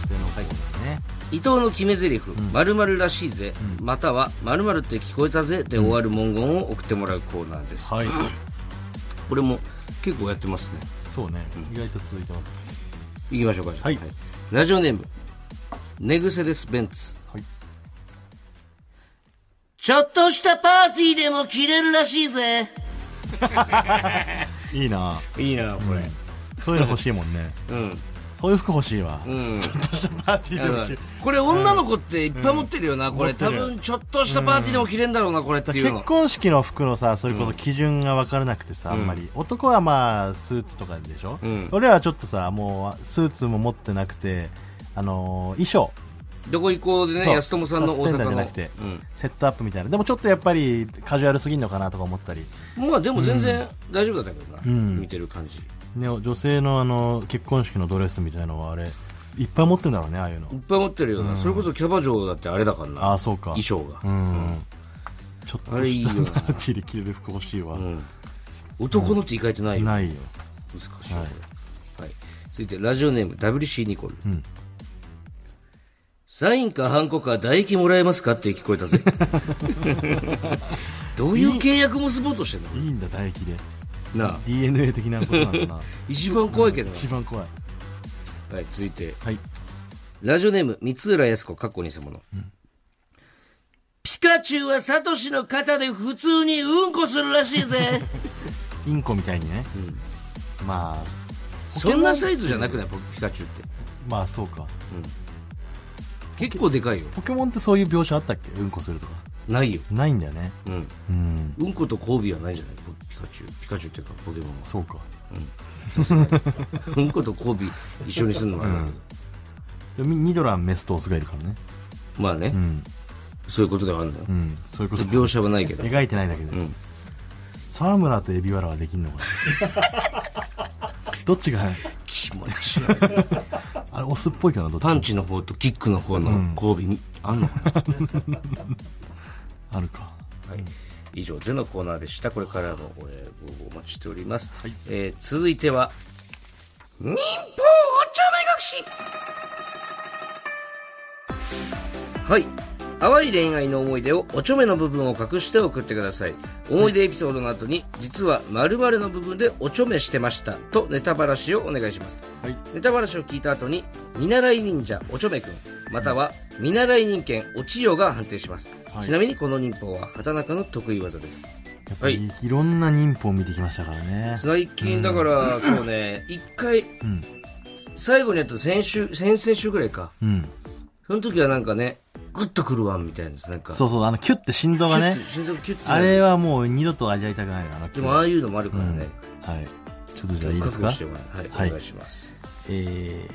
Speaker 2: それの会議ですね
Speaker 1: 伊藤の決め台詞、〇〇らしいぜ、または〇〇って聞こえたぜで終わる文言を送ってもらうコーナーです。
Speaker 2: はい
Speaker 1: これも結構やってますね。
Speaker 2: そうね意外と続いてます
Speaker 1: 行きましょうか、じゃあ
Speaker 2: はい
Speaker 1: ラジオネーム、寝癖です、ベンツ。
Speaker 2: はい
Speaker 1: ちょっとしたパーティーでも着れるらしいぜ。
Speaker 2: いいない
Speaker 1: いな、これ。
Speaker 2: そういうの欲しいもんね
Speaker 1: うん。
Speaker 2: そういう服欲しいわ
Speaker 1: うん。
Speaker 2: ちょっとしたパーティー
Speaker 1: あ
Speaker 2: でも
Speaker 1: の
Speaker 2: 着る
Speaker 1: *laughs* これ女の子っていっぱい持ってるよな、これ
Speaker 2: 持って
Speaker 1: 多
Speaker 2: る
Speaker 1: 分ちょっとしたパーティーでも着れんだろうな、これっていうの
Speaker 2: 結婚式の服のさそれこそ基準が分からなくてさ、あんまり男はまあスーツとかでしょ、
Speaker 1: ん
Speaker 2: 俺らはちょっとさもうスーツも持ってなくてあのー衣装
Speaker 1: どこ行こうで
Speaker 2: そ
Speaker 1: ね
Speaker 2: う
Speaker 1: 安友さんの
Speaker 2: サ
Speaker 1: 大阪
Speaker 2: スペンダーじゃ
Speaker 1: の
Speaker 2: なくて、セットアップみたいなでもちょっとやっぱりカジュアルすぎんのかなとか思ったり、
Speaker 1: うんまあでも全然大丈夫だったけどな、
Speaker 2: ん
Speaker 1: 見てる感じい
Speaker 2: ね、女性のあの結婚式のドレスみたいなのはあれいっぱい持ってんだろうねああいうの
Speaker 1: っぱい持ってるよな、それこそキャバ嬢だってあれだからな
Speaker 2: ああそうか
Speaker 1: 衣装が、
Speaker 2: うん、ちょっと
Speaker 1: あれいい
Speaker 2: し
Speaker 1: よな
Speaker 2: たパ *laughs* ーティーで着れる服欲しいわ、
Speaker 1: うん男のって意外とないよ、
Speaker 2: ないよ
Speaker 1: 難しい、はい続いてラジオネーム WC ニコル、
Speaker 2: ん
Speaker 1: サインかハンコか唾液もらえますかって聞こえた
Speaker 2: *laughs*
Speaker 1: ぜどういう契約結ぼうとしてんの
Speaker 2: いいんだ唾液で
Speaker 1: なあ
Speaker 2: DNA 的なことなんだな
Speaker 1: 一番怖いけどな、
Speaker 2: 一番怖い
Speaker 1: はい、続いて
Speaker 2: はい
Speaker 1: ラジオネーム三浦康子かっこ偽物、ピカチュウはサトシの肩で普通にうんこするらしい *laughs* ぜ
Speaker 2: インコみたいにね、まあ
Speaker 1: そんなサイズじゃなくないピカチュウって
Speaker 2: まあそうか
Speaker 1: 結構でかいよ
Speaker 2: ポケモンってそういう描写あったっけうんこするとか
Speaker 1: ないよ
Speaker 2: ないんだよね
Speaker 1: うん
Speaker 2: うん
Speaker 1: うんこと交尾はないんじゃないピカチュウピカチュウっていうかポケモンは
Speaker 2: そうか
Speaker 1: うんこと交尾一緒にするのかな、
Speaker 2: でミニドランメスとオスがいるからね
Speaker 1: まあね、
Speaker 2: うん
Speaker 1: そういうことではあるのよ
Speaker 2: う、んそういうこと
Speaker 1: 描写はないけど
Speaker 2: 描いてないだけで、
Speaker 1: ん
Speaker 2: 沢村とエビワラはできんのか
Speaker 1: *laughs*
Speaker 2: などっちが
Speaker 1: 気持ち悪い
Speaker 2: あれオスっぽいかなどっち
Speaker 1: パンチの方とキックの方の交尾、あんのかな、
Speaker 2: あるか
Speaker 1: はい、以上ゼのコーナーでしたこれからのお,、えー、お待ちしております、えー続いては民放おっちょめ隠しはい淡い恋愛の思い出をおちょめの部分を隠して送ってください思い出エピソードの後に実は〇〇の部分でおちょめしてましたとネタばらしをお願いします
Speaker 2: はい
Speaker 1: ネタばらしを聞いた後に見習い忍者おちょめくんまたは見習い人犬おちよが判定します、
Speaker 2: はい
Speaker 1: ちなみにこの忍法は畑中の得意技です
Speaker 2: やっぱり、い、ろんな忍法を見てきましたからね
Speaker 1: 最近だから、そうね一回
Speaker 2: うん
Speaker 1: 最後にやった先週先々週ぐらいか
Speaker 2: うん
Speaker 1: その時はなんかねグッとくるわみたいなですなんか
Speaker 2: そうそうあのキュッて振動がね
Speaker 1: キュッて心臓がキュッてな
Speaker 2: あ
Speaker 1: る
Speaker 2: れはもう二度と味わいたくないなあのキ
Speaker 1: で
Speaker 2: ュッ
Speaker 1: もああいうのもあるからね、
Speaker 2: はいちょっとじゃあいいです
Speaker 1: 覚悟
Speaker 2: か
Speaker 1: してもらうはい、
Speaker 2: はい
Speaker 1: お願いします
Speaker 2: え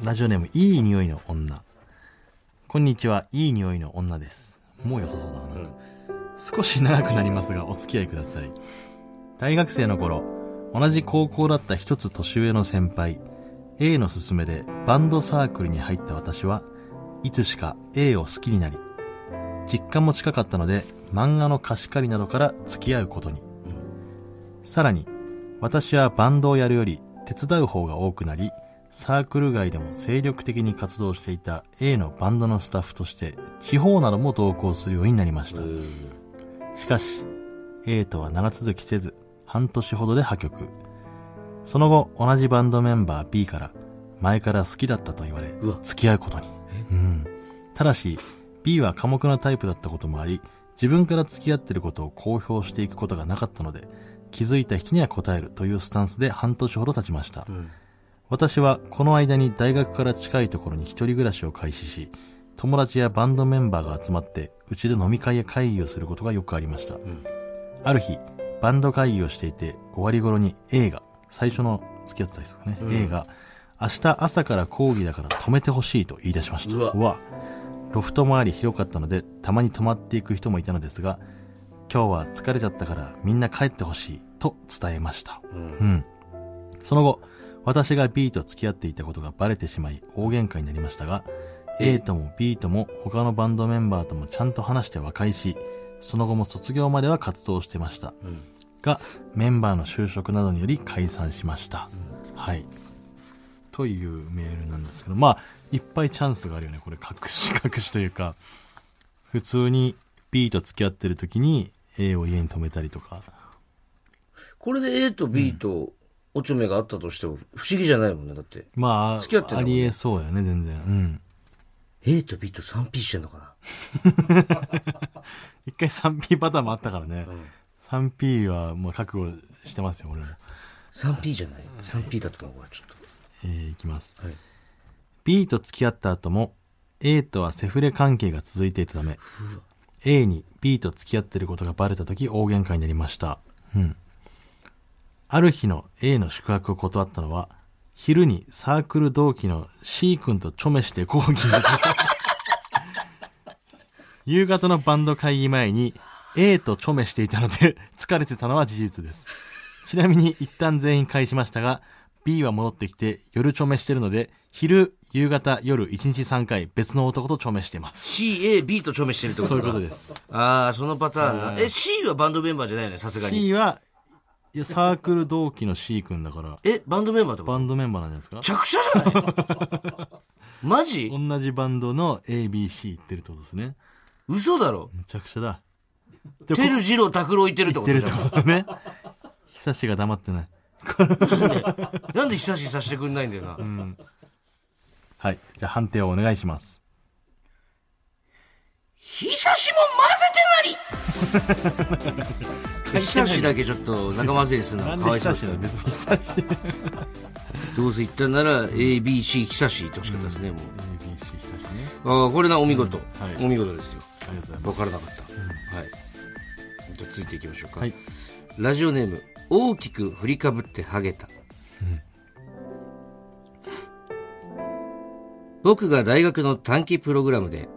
Speaker 2: ーラジオネーム、いい匂いの女。こんにちは、いい匂いの女です。もう良さそうだな。
Speaker 1: ん
Speaker 2: 少し長くなりますが、お付き合いください。大学生の頃、同じ高校だった一つ年上の先輩、A の勧めでバンドサークルに入った私はいつしか A を好きになり、実家も近かったので漫画の貸し借りなどから付き合うことに。さらに、私はバンドをやるより手伝う方が多くなり、サークル外でも精力的に活動していた A のバンドのスタッフとして地方なども同行するようになりました。しかし、A とは長続きせず、半年ほどで破局。その後、同じバンドメンバー B から、前から好きだったと言われ
Speaker 1: うわ、
Speaker 2: 付き合うことに。うん。ただし、B は寡黙なタイプだったこともあり、自分から付き合ってることを公表していくことがなかったので、気づいた人には答えるというスタンスで半年ほど経ちました。私はこの間に大学から近いところに一人暮らしを開始し、友達やバンドメンバーが集まって、うちで飲み会や会議をすることがよくありました。ある日、バンド会議をしていて、終わり頃に A が、最初の付き合ってた人ですかね、A が、明日朝から講義だから止めてほしいと言い出しました。
Speaker 1: うわ
Speaker 2: ロフトもあり広かったので、たまに泊まっていく人もいたのですが、今日は疲れちゃったからみんな帰ってほしいと伝えました。うん。その後、私が B と付き合っていたことがバレてしまい大喧嘩になりましたが、A とも B とも他のバンドメンバーともちゃんと話して和解し、その後も卒業までは活動してました。が、メンバーの就職などにより解散しました。はい。というメールなんですけど、まあ、いっぱいチャンスがあるよね。これ隠し *laughs* 隠しというか、普通に B と付き合ってる時に A を家に泊めたりとか、
Speaker 1: これで A と B とおちょめがあったとしても不思議じゃないもんねだって
Speaker 2: まあ、
Speaker 1: 付き合ってんだ
Speaker 2: あ
Speaker 1: もんね
Speaker 2: りえそうよね、全然。うん。
Speaker 1: A と B と 3P してんのかな
Speaker 2: 一回 3P パターンもあったからね。3P はもう覚悟してますよ、俺も。
Speaker 1: 3P じゃない 3P だったのこれちょっ
Speaker 2: えーいきます。
Speaker 1: と、はい、
Speaker 2: B と付き合った後も A とはセフレ関係が続いていたため A に B と付き合っていることがバレた時大喧嘩になりました、うん、ある日の A の宿泊を断ったのは昼にサークル同期の C 君とちょめして講義に *laughs* 夕方のバンド会議前に A とちょめしていたので疲れてたのは事実ですちなみに一旦全員返しましたが、B は戻ってきて夜ちょめしてるので、昼、夕方、夜1日3回別の男とちょめしてます。
Speaker 1: CAB とちょめしてるってこと
Speaker 2: そう
Speaker 1: か
Speaker 2: いうことです。
Speaker 1: ああそのパターンなえ C はバンドメンバーじゃないよねさすがに
Speaker 2: C は、いやサークル同期の C 君だから、
Speaker 1: えバンドメンバーってこと
Speaker 2: バンドメンバーなんじゃないですか
Speaker 1: 着者じゃないマジ
Speaker 2: 同じバンドの ABC 行ってるってことですね。
Speaker 1: 嘘だろ
Speaker 2: めちゃくちゃだ。で
Speaker 1: テルジロー拓郎言ってるってこと
Speaker 2: 出る
Speaker 1: じ
Speaker 2: って
Speaker 1: ゃん
Speaker 2: *laughs* ことだね。久しが黙ってない。
Speaker 1: なんで久しさせてくんないんだよな。
Speaker 2: はい。じゃあ判定をお願いします。
Speaker 1: 久しも
Speaker 2: *laughs*
Speaker 1: 混ぜてなり久しだけちょっと仲間勢するの
Speaker 2: な
Speaker 1: は
Speaker 2: ん
Speaker 1: か
Speaker 2: で
Speaker 1: わいそう
Speaker 2: 久
Speaker 1: です
Speaker 2: しだ別に久し。
Speaker 1: どうせ言ったなら ABC 久しいってほしかったですね、も
Speaker 2: ABC 久しね。
Speaker 1: うああこれなお見事、
Speaker 2: はい
Speaker 1: お見事ですよ
Speaker 2: ありがとうござい
Speaker 1: 分
Speaker 2: ます。
Speaker 1: からなかった、はいじゃあついていきましょうか、
Speaker 2: はい
Speaker 1: ラジオネーム大きく振りかぶってハゲた、僕が大学の短期プログラムで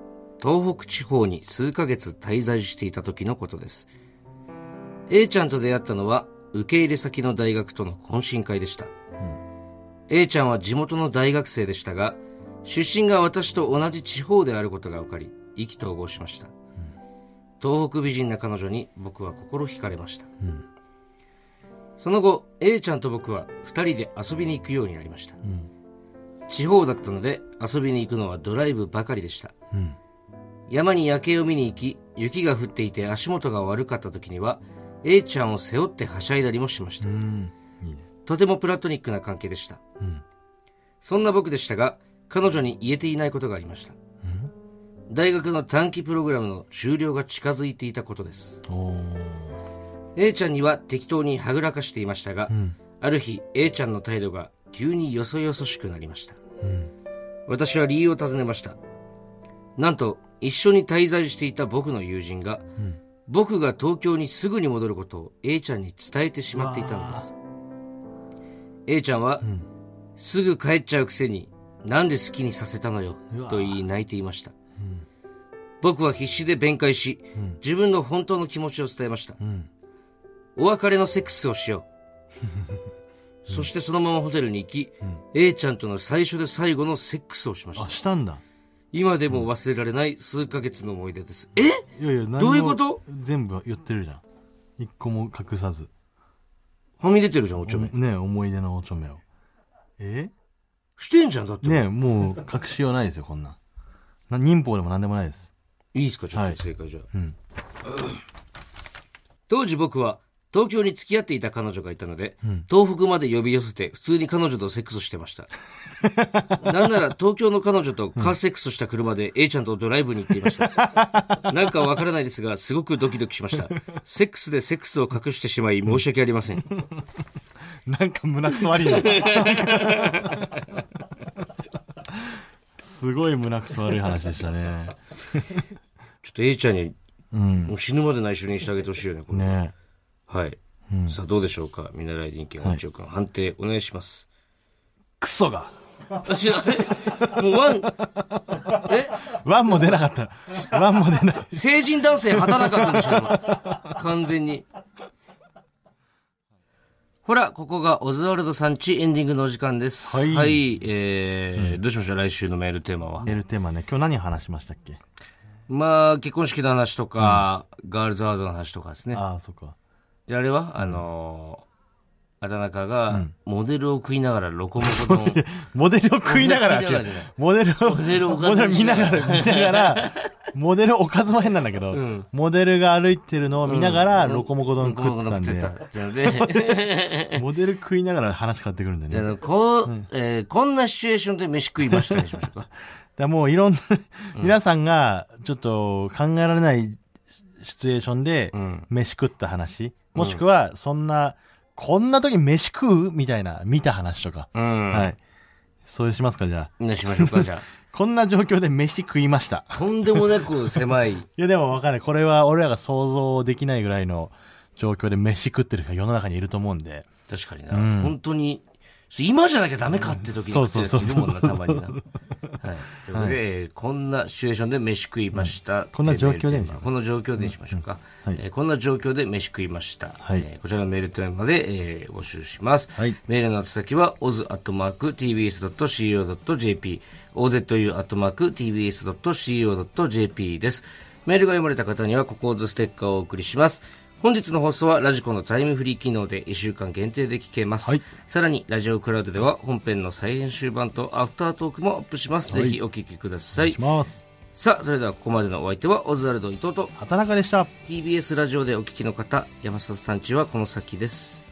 Speaker 1: 東北地方に数ヶ月滞在していた時のことです A ちゃんと出会ったのは受け入れ先の大学との懇親会でした、A ちゃんは地元の大学生でしたが出身が私と同じ地方であることが分かり意気投合しました、東北美人な彼女に僕は心惹かれました、その後 A ちゃんと僕は2人で遊びに行くようになりました、地方だったので遊びに行くのはドライブばかりでした、山に夜景を見に行き雪が降っていて足元が悪かった時には A ちゃんを背負ってはしゃいだりもしました、
Speaker 2: うん。いいね。
Speaker 1: とてもプラトニックな関係でした、そんな僕でしたが彼女に言えていないことがありました、大学の短期プログラムの終了が近づいていたことです
Speaker 2: おー
Speaker 1: A ちゃんには適当にはぐらかしていましたが、ある日 A ちゃんの態度が急によそよそしくなりました、私は理由を尋ねましたなんと一緒に滞在していた僕の友人が、僕が東京にすぐに戻ることを A ちゃんに伝えてしまっていたのです A ちゃんは、すぐ帰っちゃうくせになんで好きにさせたのよ
Speaker 2: うわ
Speaker 1: と言い泣いていました、僕は必死で弁解し、自分の本当の気持ちを伝えました、
Speaker 2: ん
Speaker 1: お別れのセックスをしよう、そしてそのままホテルに行き、A ちゃんとの最初で最後のセックスをしました
Speaker 2: あ、したんだ。
Speaker 1: 今でも忘れられない数ヶ月の思い出です、え
Speaker 2: いやいや、何も
Speaker 1: どういうこと
Speaker 2: 全部言ってるじゃん。一個も隠さず。
Speaker 1: はみ出てるじゃんおちょめ、
Speaker 2: ね思い出のおちょめを。え
Speaker 1: してんじゃんだって、
Speaker 2: ねもう隠しようないですよ、こんなん。な忍法でも何でもないです。
Speaker 1: いいですかちょっ
Speaker 2: はい
Speaker 1: と正解じゃあ、
Speaker 2: ん
Speaker 1: 当時僕は東京に付き合っていた彼女がいたので、東北まで呼び寄せて普通に彼女とセックスしてました *laughs* なんなら東京の彼女とカーセックスした車で A ちゃんとドライブに行っていました
Speaker 2: *laughs*
Speaker 1: なんかわからないですがすごくドキドキしましたセックスでセックスを隠してしまい申し訳ありません
Speaker 2: なんか胸くそ悪いな。すごい胸くそ悪い話でしたね。
Speaker 1: ちょっと A ちゃんに
Speaker 2: うん。
Speaker 1: もう死ぬまで内緒にしてあげてほしいよねこれ
Speaker 2: ね
Speaker 1: はい、さあどうでしょうか見習い人権おちおくん、判定お願いします
Speaker 2: クソが。
Speaker 1: 私あれもうワンえ
Speaker 2: ワンも出なかった。ワンも出 *laughs* ない。
Speaker 1: 成人男性働かんでしょ今完全にほらここがオズワルドさんちエンディングのお時間です
Speaker 2: はい
Speaker 1: えーどうしましょう来週のメールテーマは
Speaker 2: メールテーマね、今日何話しましたっけ
Speaker 1: まあ結婚式の話とか、ガールズワードの話とかですね
Speaker 2: ああ、そっか。
Speaker 1: であれはあのー、畑中がモデルを食いながらロコモコの、
Speaker 2: *laughs* モデルを食いながら、
Speaker 1: *laughs* モデル
Speaker 2: 違
Speaker 1: を食いながら
Speaker 2: う
Speaker 1: じゃない。
Speaker 2: モデルを、
Speaker 1: モデルをお
Speaker 2: モ
Speaker 1: かず
Speaker 2: デル見なが
Speaker 1: に
Speaker 2: ら、見
Speaker 1: *laughs*
Speaker 2: ながら、モデルおかずも変なんだけど、モデルが歩いてるのを見ながら、ロコモコ丼食ってたん
Speaker 1: ロコモコ
Speaker 2: で
Speaker 1: 丼、食ってたの
Speaker 2: *laughs*
Speaker 1: で
Speaker 2: モデル食いながら話変わってくるんだよね。
Speaker 1: じゃあ
Speaker 2: だか
Speaker 1: あのこう、えーこんなシチュエーションで飯食いました
Speaker 2: *laughs*
Speaker 1: にしましょうか。
Speaker 2: らもういろんな、皆さんが、ちょっと考えられないシチュエーションで、飯食った話、もしくは、そんな、こんな時飯食うみたいな、見た話とか。
Speaker 1: うん。
Speaker 2: はい。それしますか、じゃあ。
Speaker 1: ねしましょうか、じゃ *laughs* あ。
Speaker 2: こんな状況で飯食いました。
Speaker 1: とんでもなく狭い。
Speaker 2: いやでもわかんない。これは俺らが想像できないぐらいの状況で飯食ってる人が世の中にいると思うんで。
Speaker 1: 確かにな。本当に、今じゃなきゃダメかって時に
Speaker 2: そ
Speaker 1: 食
Speaker 2: う
Speaker 1: って
Speaker 2: そう
Speaker 1: るやつ
Speaker 2: そ
Speaker 1: いる
Speaker 2: う
Speaker 1: もんな、たま *laughs* にな。はい。ということで、えーこんなシチュエーションで飯食いました。
Speaker 2: こんな状況で
Speaker 1: えーメールテーマ
Speaker 2: にしよう
Speaker 1: こんな状況でにしましょうか。
Speaker 2: うんはい
Speaker 1: えーこんな状況で飯食いました。
Speaker 2: はい
Speaker 1: えーこちらのメールテーマで、えー募集します。
Speaker 2: はい
Speaker 1: メールの宛先は、oz.tbs.co.jp、ozu.tbs.co.jp です。メールが読まれた方には、ここをずステッカーをお送りします。本日の放送はラジコのタイムフリー機能で1週間限定で聞けます。
Speaker 2: はい
Speaker 1: さらに、ラジオクラウドでは本編の再編集版とアフタートークもアップします。ぜひお聞きください
Speaker 2: し。ます。
Speaker 1: さあ、それではここまでのお相手は、オズワルド伊藤と
Speaker 2: 畑中でした。
Speaker 1: TBS ラジオでお聞きの方、山里さんちはこの先です。